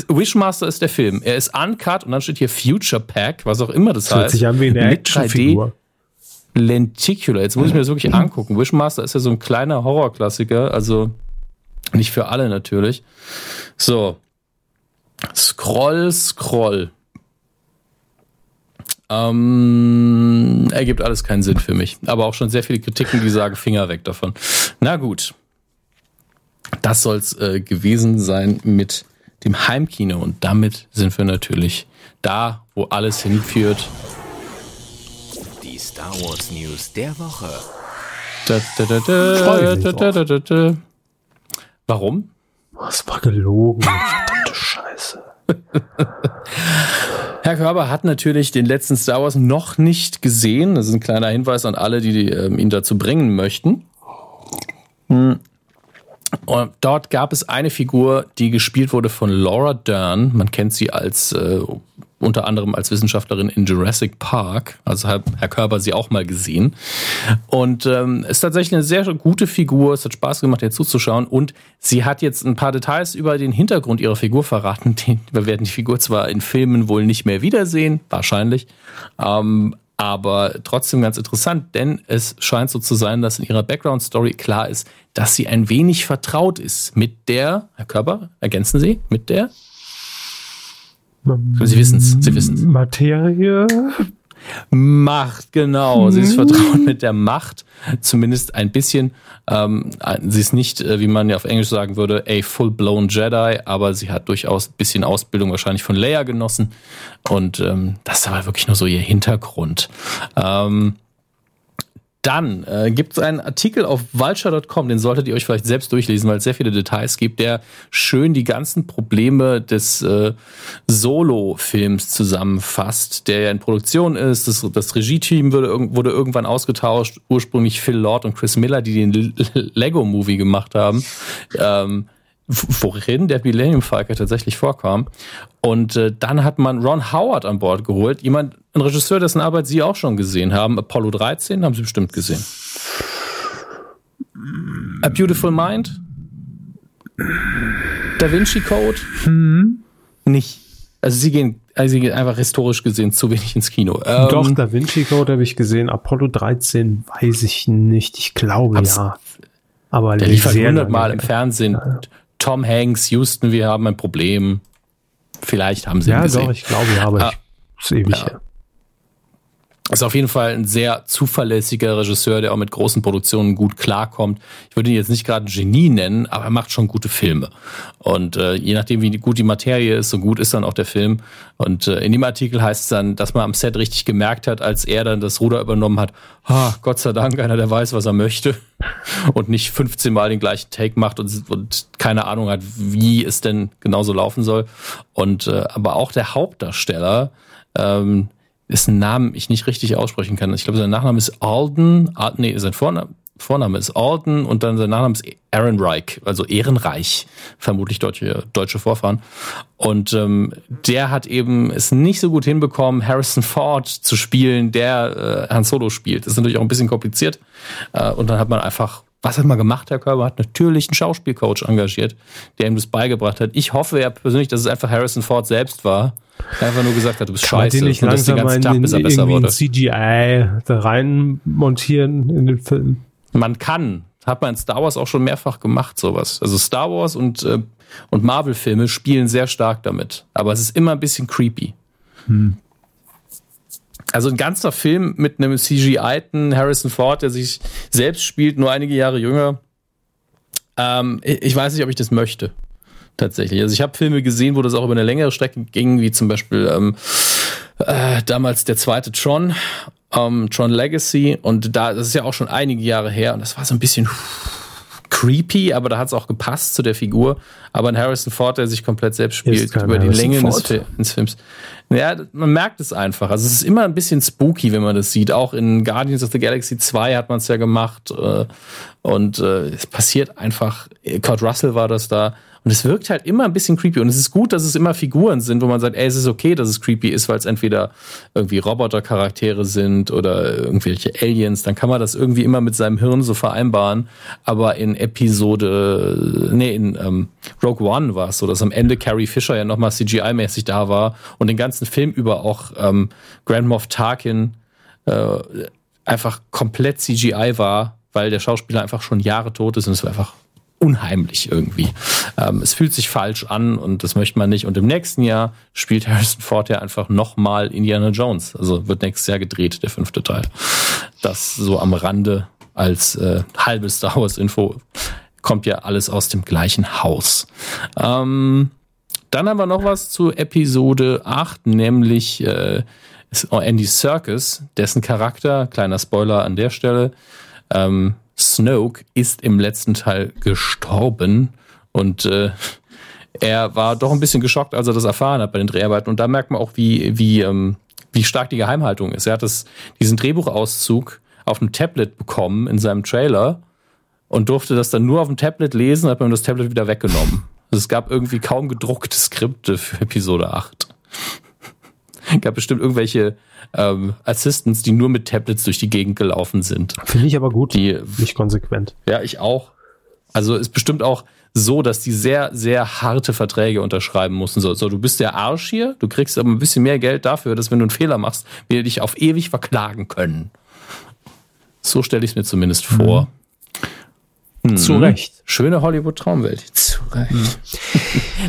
Wishmaster ist der Film. Er ist Uncut und dann steht hier Future Pack, was auch immer das, das heißt. Hört sich an wie eine mit 3D Lenticular. Jetzt muss ich mir das wirklich angucken. Wishmaster ist ja so ein kleiner Horrorklassiker, also nicht für alle natürlich. So, Scroll, Scroll. Ähm, ergibt alles keinen Sinn für mich. Aber auch schon sehr viele Kritiken, die sagen, Finger weg davon. Na gut. Das soll's äh, gewesen sein mit dem Heimkino. Und damit sind wir natürlich da, wo alles hinführt. Die Star Wars News der Woche. Da, da, da, Warum? Das war gelogen. Verdammte Scheiße. Herr Körber hat natürlich den letzten Star Wars noch nicht gesehen. Das ist ein kleiner Hinweis an alle, die, die ähm, ihn dazu bringen möchten. Hm. Und dort gab es eine Figur, die gespielt wurde von Laura Dern. Man kennt sie als äh, unter anderem als Wissenschaftlerin in Jurassic Park. Also hat Herr Körber sie auch mal gesehen. Und ähm, ist tatsächlich eine sehr gute Figur. Es hat Spaß gemacht, ihr zuzuschauen. Und sie hat jetzt ein paar Details über den Hintergrund ihrer Figur verraten. Den, wir werden die Figur zwar in Filmen wohl nicht mehr wiedersehen, wahrscheinlich. Ähm, aber trotzdem ganz interessant, denn es scheint so zu sein, dass in ihrer Background-Story klar ist, dass sie ein wenig vertraut ist mit der, Herr Körber, ergänzen Sie, mit der Sie wissen es, Sie wissen es. Materie? Ähm. Macht, genau. Sie ist vertraut mit der Macht, zumindest ein bisschen. Ähm, sie ist nicht, äh, wie man ja auf Englisch sagen würde, a full-blown Jedi, aber sie hat durchaus ein bisschen Ausbildung wahrscheinlich von Leia genossen. Und ähm, das war wirklich nur so ihr Hintergrund. Ähm, dann äh, gibt es einen Artikel auf walscher.com, den solltet ihr euch vielleicht selbst durchlesen, weil es sehr viele Details gibt, der schön die ganzen Probleme des äh, Solo-Films zusammenfasst, der ja in Produktion ist. Das, das Regie-Team wurde, wurde, irgendwann ausgetauscht, ursprünglich Phil Lord und Chris Miller, die den Lego-Movie gemacht haben. Ähm, worin der Millennium Falcon tatsächlich vorkam. Und äh, dann hat man Ron Howard an Bord geholt, jemand, ein Regisseur, dessen Arbeit Sie auch schon gesehen haben. Apollo 13 haben Sie bestimmt gesehen. A Beautiful Mind? Da Vinci Code? Hm. Mhm. Nicht. Also Sie gehen, also Sie gehen einfach historisch gesehen zu wenig ins Kino. Ähm, Doch, Da Vinci Code habe ich gesehen. Apollo 13 weiß ich nicht. Ich glaube ja. Aber der lief halt hundertmal im Fernsehen. Ja. Tom Hanks, Houston, wir haben ein Problem. Vielleicht haben sie ja, ihn gesehen. Ja, doch, ich glaube, ja, aber ah, ich, ist ewig. Ja. Ist auf jeden Fall ein sehr zuverlässiger Regisseur, der auch mit großen Produktionen gut klarkommt. Ich würde ihn jetzt nicht gerade Genie nennen, aber er macht schon gute Filme. Und äh, je nachdem, wie gut die Materie ist, so gut ist dann auch der Film. Und äh, in dem Artikel heißt es dann, dass man am Set richtig gemerkt hat, als er dann das Ruder übernommen hat, ah, Gott sei Dank, einer, der weiß, was er möchte. und nicht 15 Mal den gleichen Take macht und, und keine Ahnung hat, wie es denn genauso laufen soll. Und äh, aber auch der Hauptdarsteller, ähm, dessen Namen ich nicht richtig aussprechen kann. Ich glaube, sein Nachname ist Alden, Al nee, sein Vorname, Vorname ist Alden und dann sein Nachname ist Aaron Reich, also Ehrenreich, vermutlich deutsche, deutsche Vorfahren. Und ähm, der hat eben es nicht so gut hinbekommen, Harrison Ford zu spielen, der äh, Han Solo spielt. Das ist natürlich auch ein bisschen kompliziert. Äh, und dann hat man einfach, was hat man gemacht, Herr Körber? Hat natürlich einen Schauspielcoach engagiert, der ihm das beigebracht hat. Ich hoffe ja persönlich, dass es einfach Harrison Ford selbst war, einfach nur gesagt hat, du bist Kann man scheiße. den nicht und das den langsam mal ganzen in, Tag, den, bis er irgendwie besser in wurde. CGI da rein montieren in den Film? Man kann. Hat man in Star Wars auch schon mehrfach gemacht, sowas. Also Star Wars und, äh, und Marvel-Filme spielen sehr stark damit. Aber es ist immer ein bisschen creepy. Also ein ganzer Film mit einem CGI-ten Harrison Ford, der sich selbst spielt, nur einige Jahre jünger. Ähm, ich ich weiß nicht, ob ich das möchte. Tatsächlich. Also ich habe Filme gesehen, wo das auch über eine längere Strecke ging, wie zum Beispiel ähm, äh, damals der zweite Tron, ähm, Tron Legacy. Und da, das ist ja auch schon einige Jahre her und das war so ein bisschen creepy, aber da hat es auch gepasst zu der Figur. Aber ein Harrison Ford, der sich komplett selbst spielt, kein über die Harrison Länge des, Ford. Fi- des Films. Ja, man merkt es einfach. Also es ist immer ein bisschen spooky, wenn man das sieht. Auch in Guardians of the Galaxy 2 hat man es ja gemacht. Äh, und äh, es passiert einfach, Kurt Russell war das da. Und es wirkt halt immer ein bisschen creepy. Und es ist gut, dass es immer Figuren sind, wo man sagt, ey, es ist okay, dass es creepy ist, weil es entweder irgendwie Robotercharaktere sind oder irgendwelche Aliens. Dann kann man das irgendwie immer mit seinem Hirn so vereinbaren. Aber in Episode, nee, in ähm, Rogue One war es so, dass am Ende Carrie Fisher ja nochmal CGI-mäßig da war und den ganzen Film über auch ähm, Grand Moff Tarkin einfach komplett CGI war, weil der Schauspieler einfach schon Jahre tot ist und es war einfach unheimlich irgendwie. Ähm, es fühlt sich falsch an und das möchte man nicht. Und im nächsten Jahr spielt Harrison Ford ja einfach nochmal Indiana Jones. Also wird nächstes Jahr gedreht, der fünfte Teil. Das so am Rande als äh, halbe Star Wars Info kommt ja alles aus dem gleichen Haus. Ähm, dann haben wir noch was zu Episode 8, nämlich äh, Andy Serkis, dessen Charakter, kleiner Spoiler an der Stelle, ähm, Snoke ist im letzten Teil gestorben und äh, er war doch ein bisschen geschockt, als er das erfahren hat bei den Dreharbeiten. Und da merkt man auch, wie, wie, ähm, wie stark die Geheimhaltung ist. Er hat das, diesen Drehbuchauszug auf einem Tablet bekommen in seinem Trailer und durfte das dann nur auf dem Tablet lesen, hat man ihm das Tablet wieder weggenommen. Also es gab irgendwie kaum gedruckte Skripte für Episode 8. gab bestimmt irgendwelche ähm, Assistants, die nur mit Tablets durch die Gegend gelaufen sind. Finde ich aber gut. Die Nicht konsequent. ja, ich auch. Also ist bestimmt auch so, dass die sehr, sehr harte Verträge unterschreiben mussten. So, so, du bist der Arsch hier, du kriegst aber ein bisschen mehr Geld dafür, dass wenn du einen Fehler machst, wir dich auf ewig verklagen können. So stelle ich es mir zumindest vor. Mhm. Zu Recht. Schöne Hollywood-Traumwelt. Zu Recht.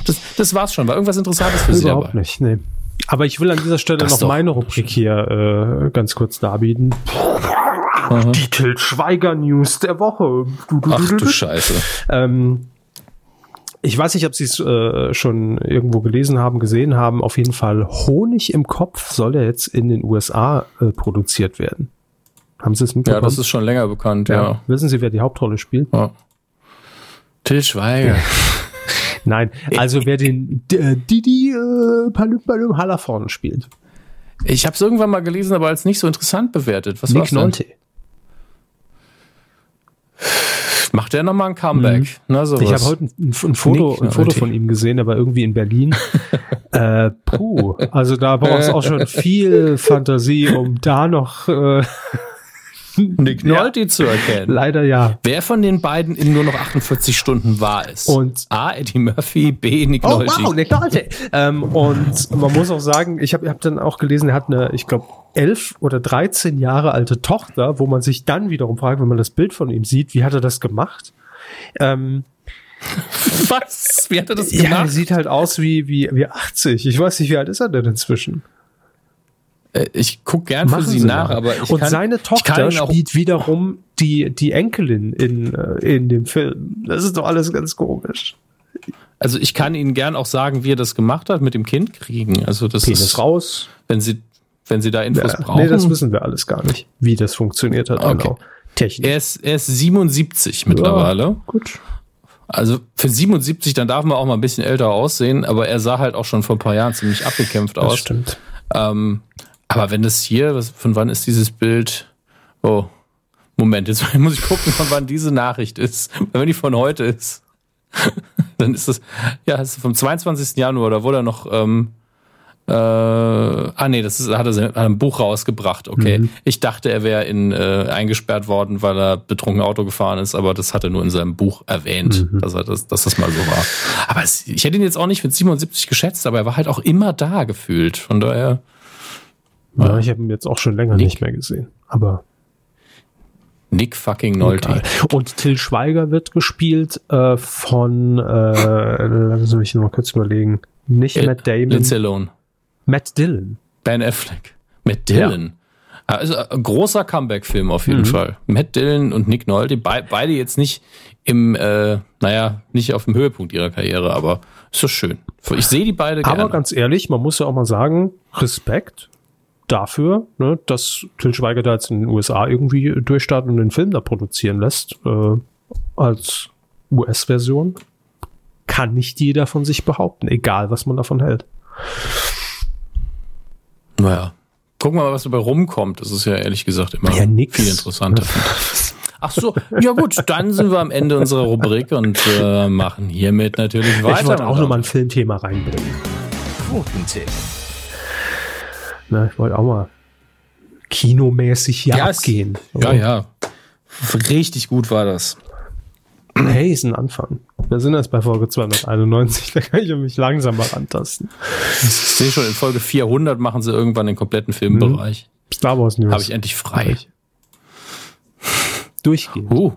Das, das war's schon. War irgendwas Interessantes für Sie Überhaupt dabei? nicht, nee. Aber ich will an dieser Stelle Das noch doch. meine Rubrik hier äh, ganz kurz darbieten. Die Til Schweiger News der Woche. Du, du, Ach du, du du. Scheiße. Ähm, ich weiß nicht, ob Sie es äh, schon irgendwo gelesen haben, gesehen haben. Auf jeden Fall Honig im Kopf soll ja jetzt in den USA äh, produziert werden. Haben Sie es Ja, mitbekommen? das ist schon länger bekannt, ja. Wissen Sie, wer die Hauptrolle spielt? ja. Till Schweiger. Nein, also wer den äh, Didi äh, Palüm Palüm Halafon spielt. Ich habe es irgendwann mal gelesen, aber als nicht so interessant bewertet. Was Nick war's denn? Nolte. Macht der nochmal ein Comeback? Na, sowas. Mhm. Ich habe heute ein, ein, ein Foto, Nick ein Foto Nolte. von ihm gesehen, aber irgendwie in Berlin. äh, puh, also da brauchst du auch schon viel Fantasie, um da noch äh, Nick Nolte zu erkennen. leider ja. Wer von den beiden in nur noch 48 Stunden war es? Und- A. Eddie Murphy, B. Nick Oh Nolte. wow, Nick Nolte. Ähm, und man muss auch sagen, ich habe hab dann auch gelesen, er hat eine, ich glaube, elf oder 13 Jahre alte Tochter, wo man sich dann wiederum fragt, wenn man das Bild von ihm sieht, wie hat er das gemacht? Ähm, Was? Wie hat er das ja, er gemacht? sieht halt aus wie, wie, wie 80. Ich weiß nicht, wie alt ist er denn inzwischen? Äh, ich guck gern für Machen sie, Sie nach, mal. aber ich und kann, seine ich kann Tochter ihn auch, spielt wiederum die, die Enkelin in, äh, in dem Film. Das ist doch alles ganz komisch. Also ich kann Ihnen gern auch sagen, wie er das gemacht hat mit dem Kind kriegen. Also das ist, raus. Äh, wenn Sie, wenn Sie da Infos Ja, brauchen. nee, das wissen wir alles gar nicht, wie das funktioniert hat. Okay. Genau. Technik. Er ist, er ist 77 mittlerweile. Ja, gut. Also für 77, dann darf man auch mal ein bisschen älter aussehen, aber er sah halt auch schon vor ein paar Jahren ziemlich abgekämpft Das aus. stimmt. Ähm, aber wenn das hier, was, von wann ist dieses Bild? Oh, Moment, jetzt muss ich gucken, von wann diese Nachricht ist. Weil Wenn die von heute ist, dann ist das, ja, das ist vom 22. Januar, da wurde er noch, ähm, äh, ah nee, das ist, hat er sein- hat er ein Buch rausgebracht, okay. Ich dachte, er wäre in, äh, eingesperrt worden, weil er betrunken Auto gefahren ist, aber das hat er nur in seinem Buch erwähnt, dass, er das, dass das mal so war. Aber es, ich hätte ihn jetzt auch nicht mit 77 geschätzt, aber er war halt auch immer da gefühlt. Von daher, Ja, ich habe ihn jetzt auch schon länger Nick. nicht mehr gesehen. Aber Nick fucking Nolte. egal. Und Till Schweiger wird gespielt äh, von, äh, lassen Sie mich noch mal kurz überlegen, nicht Äh, Matt Damon, Lindsay Lohan, Matt Dillon. Ben Affleck, Matt Dillon. Also ein großer Comeback-Film auf Mhm. jeden Fall. Matt Dillon und Nick Nolte, bei, beide jetzt nicht im, äh, naja, nicht auf dem Höhepunkt ihrer Karriere, aber ist doch schön. Ich sehe die beide gerne. Aber ganz ehrlich, man muss ja auch mal sagen, Respekt dafür, ne, dass Till Schweiger da jetzt in den USA irgendwie durchstartet und den Film da produzieren lässt, äh, als US-Version, kann nicht jeder von sich behaupten, egal was man davon hält. naja. Gucken wir mal, was dabei rumkommt. Das ist ja ehrlich gesagt immer Ja, nix. viel interessanter. Ach so, ja gut, dann sind wir am Ende unserer Rubrik und äh, machen hiermit natürlich weiter. ich wollte auch mit nochmal ein Filmthema reinbringen. Quotentipp. Ne, ich wollte auch mal kinomäßig hier Ja, es- abgehen. Ja, ja. Richtig gut war das. Hey, ist ein Anfang. Wir sind erst bei Folge 291, da kann ich mich langsam mal rantasten. Ich sehe schon, in Folge 400 machen sie irgendwann den kompletten Hm. Filmbereich. Star Wars News. Habe ich endlich frei. durchgehen. Uh,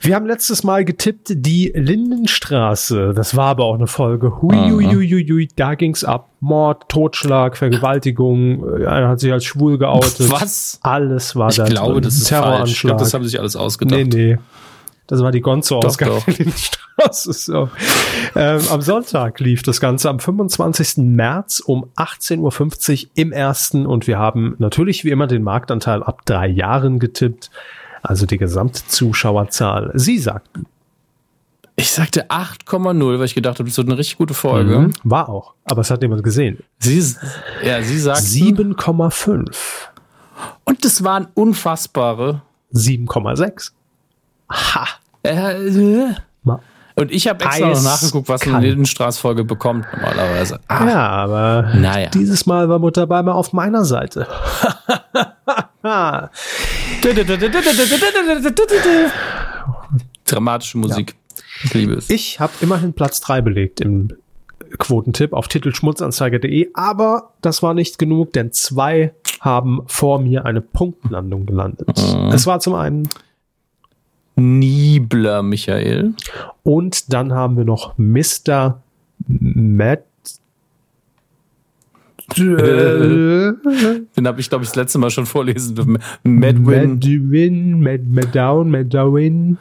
Wir haben letztes Mal getippt die Lindenstraße. Das war aber auch eine Folge. Hui, hui, hui, hui, hui, da ging's ab. Mord, Totschlag, Vergewaltigung. äh, Einer hat sich als schwul geoutet. was? Alles war Ich da glaube, drin. das ist falsch. Ich Terroranschlag. glaube, das haben sich alles ausgedacht. nee, nee. Das war die ganze Ausgabe doch. der Lindenstraße. So. ähm, am Sonntag lief das Ganze am 25. März um 18.50 Uhr im ersten und wir haben natürlich wie immer den Marktanteil ab drei Jahren getippt. Also die Gesamtzuschauerzahl. Sie sagten, Ich sagte 8,0, weil ich gedacht habe, das wird eine richtig gute Folge. war auch, aber es hat niemand gesehen. Sie, ja, sie sagt 7,5, Und das waren unfassbare. 7,6. Äh, Ma- und ich habe extra noch nachgeguckt, was eine Eiskalt. Lindenstraße-Folge bekommt normalerweise. Ah, Ja, aber Naja. dieses Mal war Mutter Beimer auf meiner Seite. Dramatische Musik. Ich liebe es. Ich habe immerhin Platz 3 belegt im Quotentipp auf titelschmutzanzeiger.de, aber das war nicht genug, denn zwei haben vor mir eine Punktlandung gelandet. Es war zum einen Niebler Michael. und dann haben wir noch Mr. Matt. Den habe ich, glaube ich, das letzte Mal schon vorlesen dürfen. Madwin. Medwin, Med, Medown, Medowin.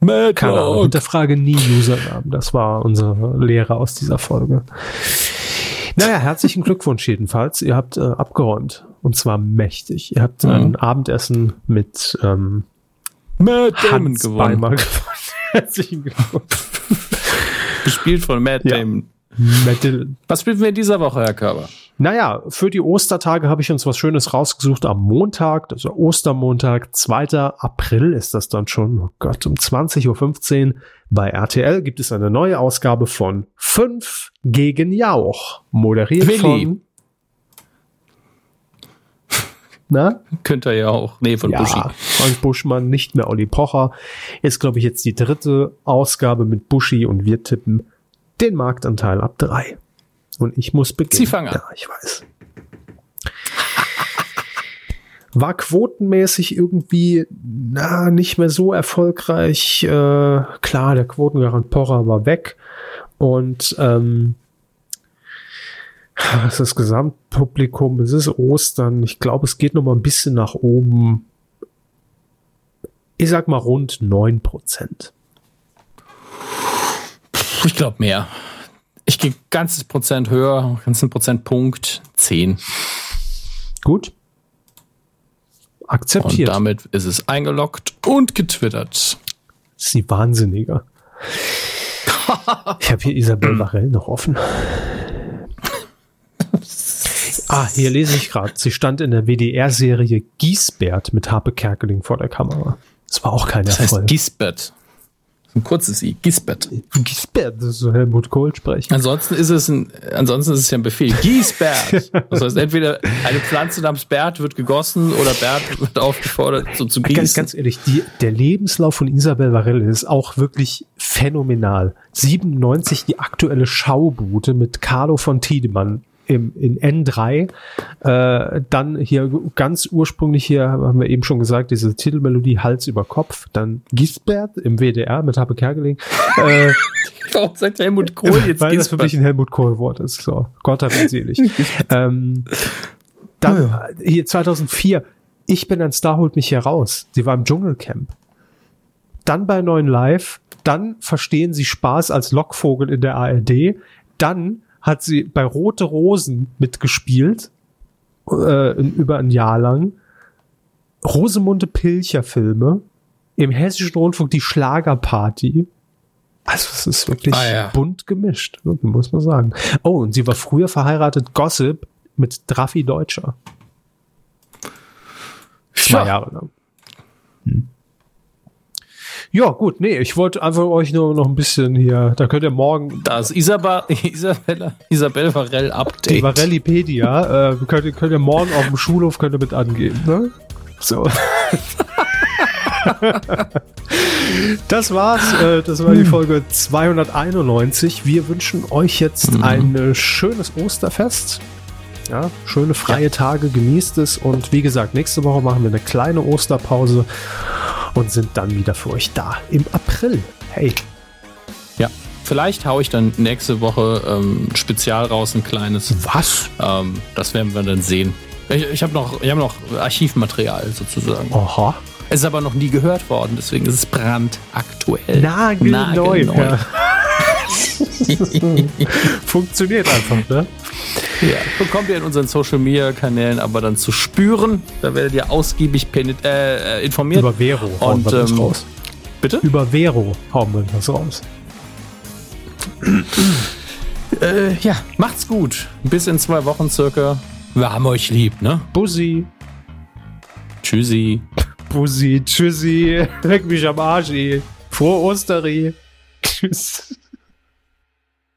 Mad Keine Ahnung. Dog. Hinterfrage nie Usernamen. Das war unsere Lehre aus dieser Folge. Naja, herzlichen Glückwunsch jedenfalls. Ihr habt äh, abgeräumt. Und zwar mächtig. Ihr Mhm. habt äh, ein Abendessen mit ähm, Mad Damon Hans gewonnen. Beimer gewonnen. herzlichen Glückwunsch. Gespielt von Mad Ja. Damon. Matt Dillon. Was spielen wir in dieser Woche, Herr Körber? Naja, für die Ostertage habe ich uns was Schönes rausgesucht am Montag, also Ostermontag, 2. April ist das dann schon. Oh Gott, um 20.15 Uhr bei RTL gibt es eine neue Ausgabe von 5 gegen Jauch. Moderiert Willi. von. Na? Könnt ihr ja auch. Nee, von Ja, Buschi. Frank Buschmann, nicht mehr Olli Pocher. Ist, glaube ich, jetzt die dritte Ausgabe mit Buschi und wir tippen den Marktanteil ab 3. Und ich muss beginnen. Sie fangen an. Ja, ich weiß. War quotenmäßig irgendwie na, nicht mehr so erfolgreich. Äh, klar, der Quotengarant Pocher war weg. Und ähm, das ist das Gesamtpublikum, es ist Ostern. Ich glaube, es geht noch mal ein bisschen nach oben. Ich sag mal rund 9%. Ich glaube mehr. Ich gehe ganzes Prozent höher, ganzen Prozentpunkt. 10. Gut. Akzeptiert. Und damit ist es eingeloggt und getwittert. ist die Wahnsinniger. ich habe hier Isabel Varell noch offen. Ah, hier lese ich gerade. Sie stand in der WDR-Serie Giesbert mit Harpe Kerkeling vor der Kamera. Das war auch kein Das heißt Erfolg. Gisbert. Ein kurzes I. Gisbert. Giesbert, das ist so Helmut Kohl sprechen. Ansonsten ist es ein, ansonsten ist es ja ein Befehl. Giesbert. Das heißt, entweder eine Pflanze namens Bert wird gegossen oder Bert wird aufgefordert, so zu gießen. Äh, Ganz, ganz ehrlich, die, der Lebenslauf von Isabel Varell ist auch wirklich phänomenal. 97 die aktuelle Schaubude mit Carlo von Tiedemann im, in N3. Äh, dann hier ganz ursprünglich hier, haben wir eben schon gesagt, diese Titelmelodie Hals über Kopf. Dann Gisbert im WDR mit Habe Kerkeling. äh, Warum sagt Helmut Kohl jetzt weil das für mich Gisbert? ein Helmut Kohl-Wort ist. So, Gott hab ihn selig. ähm, dann äh, hier 2004, ich bin ein Star, holt mich hier raus. Sie war im Dschungelcamp. Dann bei Neuen Live, dann verstehen sie Spaß als Lockvogel in der ARD. Dann hat sie bei Rote Rosen mitgespielt, äh, in, über ein Jahr lang. Rosemunde Pilcher Filme, im Hessischen Rundfunk die Schlagerparty. Also es ist wirklich Ah, ja. bunt gemischt, wirklich, muss man sagen. Oh, und sie war früher verheiratet, Gossip, mit Drafi Deutscher. Zwei Ja. Jahre lang. Hm. Ja, gut, nee, ich wollte einfach euch nur noch ein bisschen hier, da könnt ihr morgen Da ist Isabel, Isabella, Isabel Varell Update. die Varellipedia, äh, könnt, ihr- könnt ihr morgen auf dem Schulhof könnt ihr mit angeben, ne? So. Das war's. äh, Das war die Folge 291. Wir wünschen euch jetzt ein äh, schönes Osterfest. Ja, schöne freie Tage, genießt es. Und wie gesagt, nächste Woche machen wir eine kleine Osterpause und sind dann wieder für euch da im April. Hey, Ja. Vielleicht haue ich dann nächste Woche ähm, ein Spezial raus, ein kleines. was? Ähm, das werden wir dann sehen. Ich, ich habe noch, ich hab noch Archivmaterial sozusagen. Aha. Es ist aber noch nie gehört worden, deswegen ist es brandaktuell. Nagelneu. Nagelneu. Ja. Funktioniert einfach, ne? Ja. Bekommt ihr in unseren Social Media Kanälen aber dann zu spüren. Da werdet ihr ausgiebig penet- äh, äh, informiert. Über Vero hauen Und, wir das ähm, raus. bitte? Über Vero hauen wir das raus. Äh, ja, macht's gut. Bis in zwei Wochen circa. Wir haben euch lieb, ne? Bussi, Tschüssi. Bussi, Tschüssi, leck mich am Arsch, eh. Frohe Osteri. Tschüss.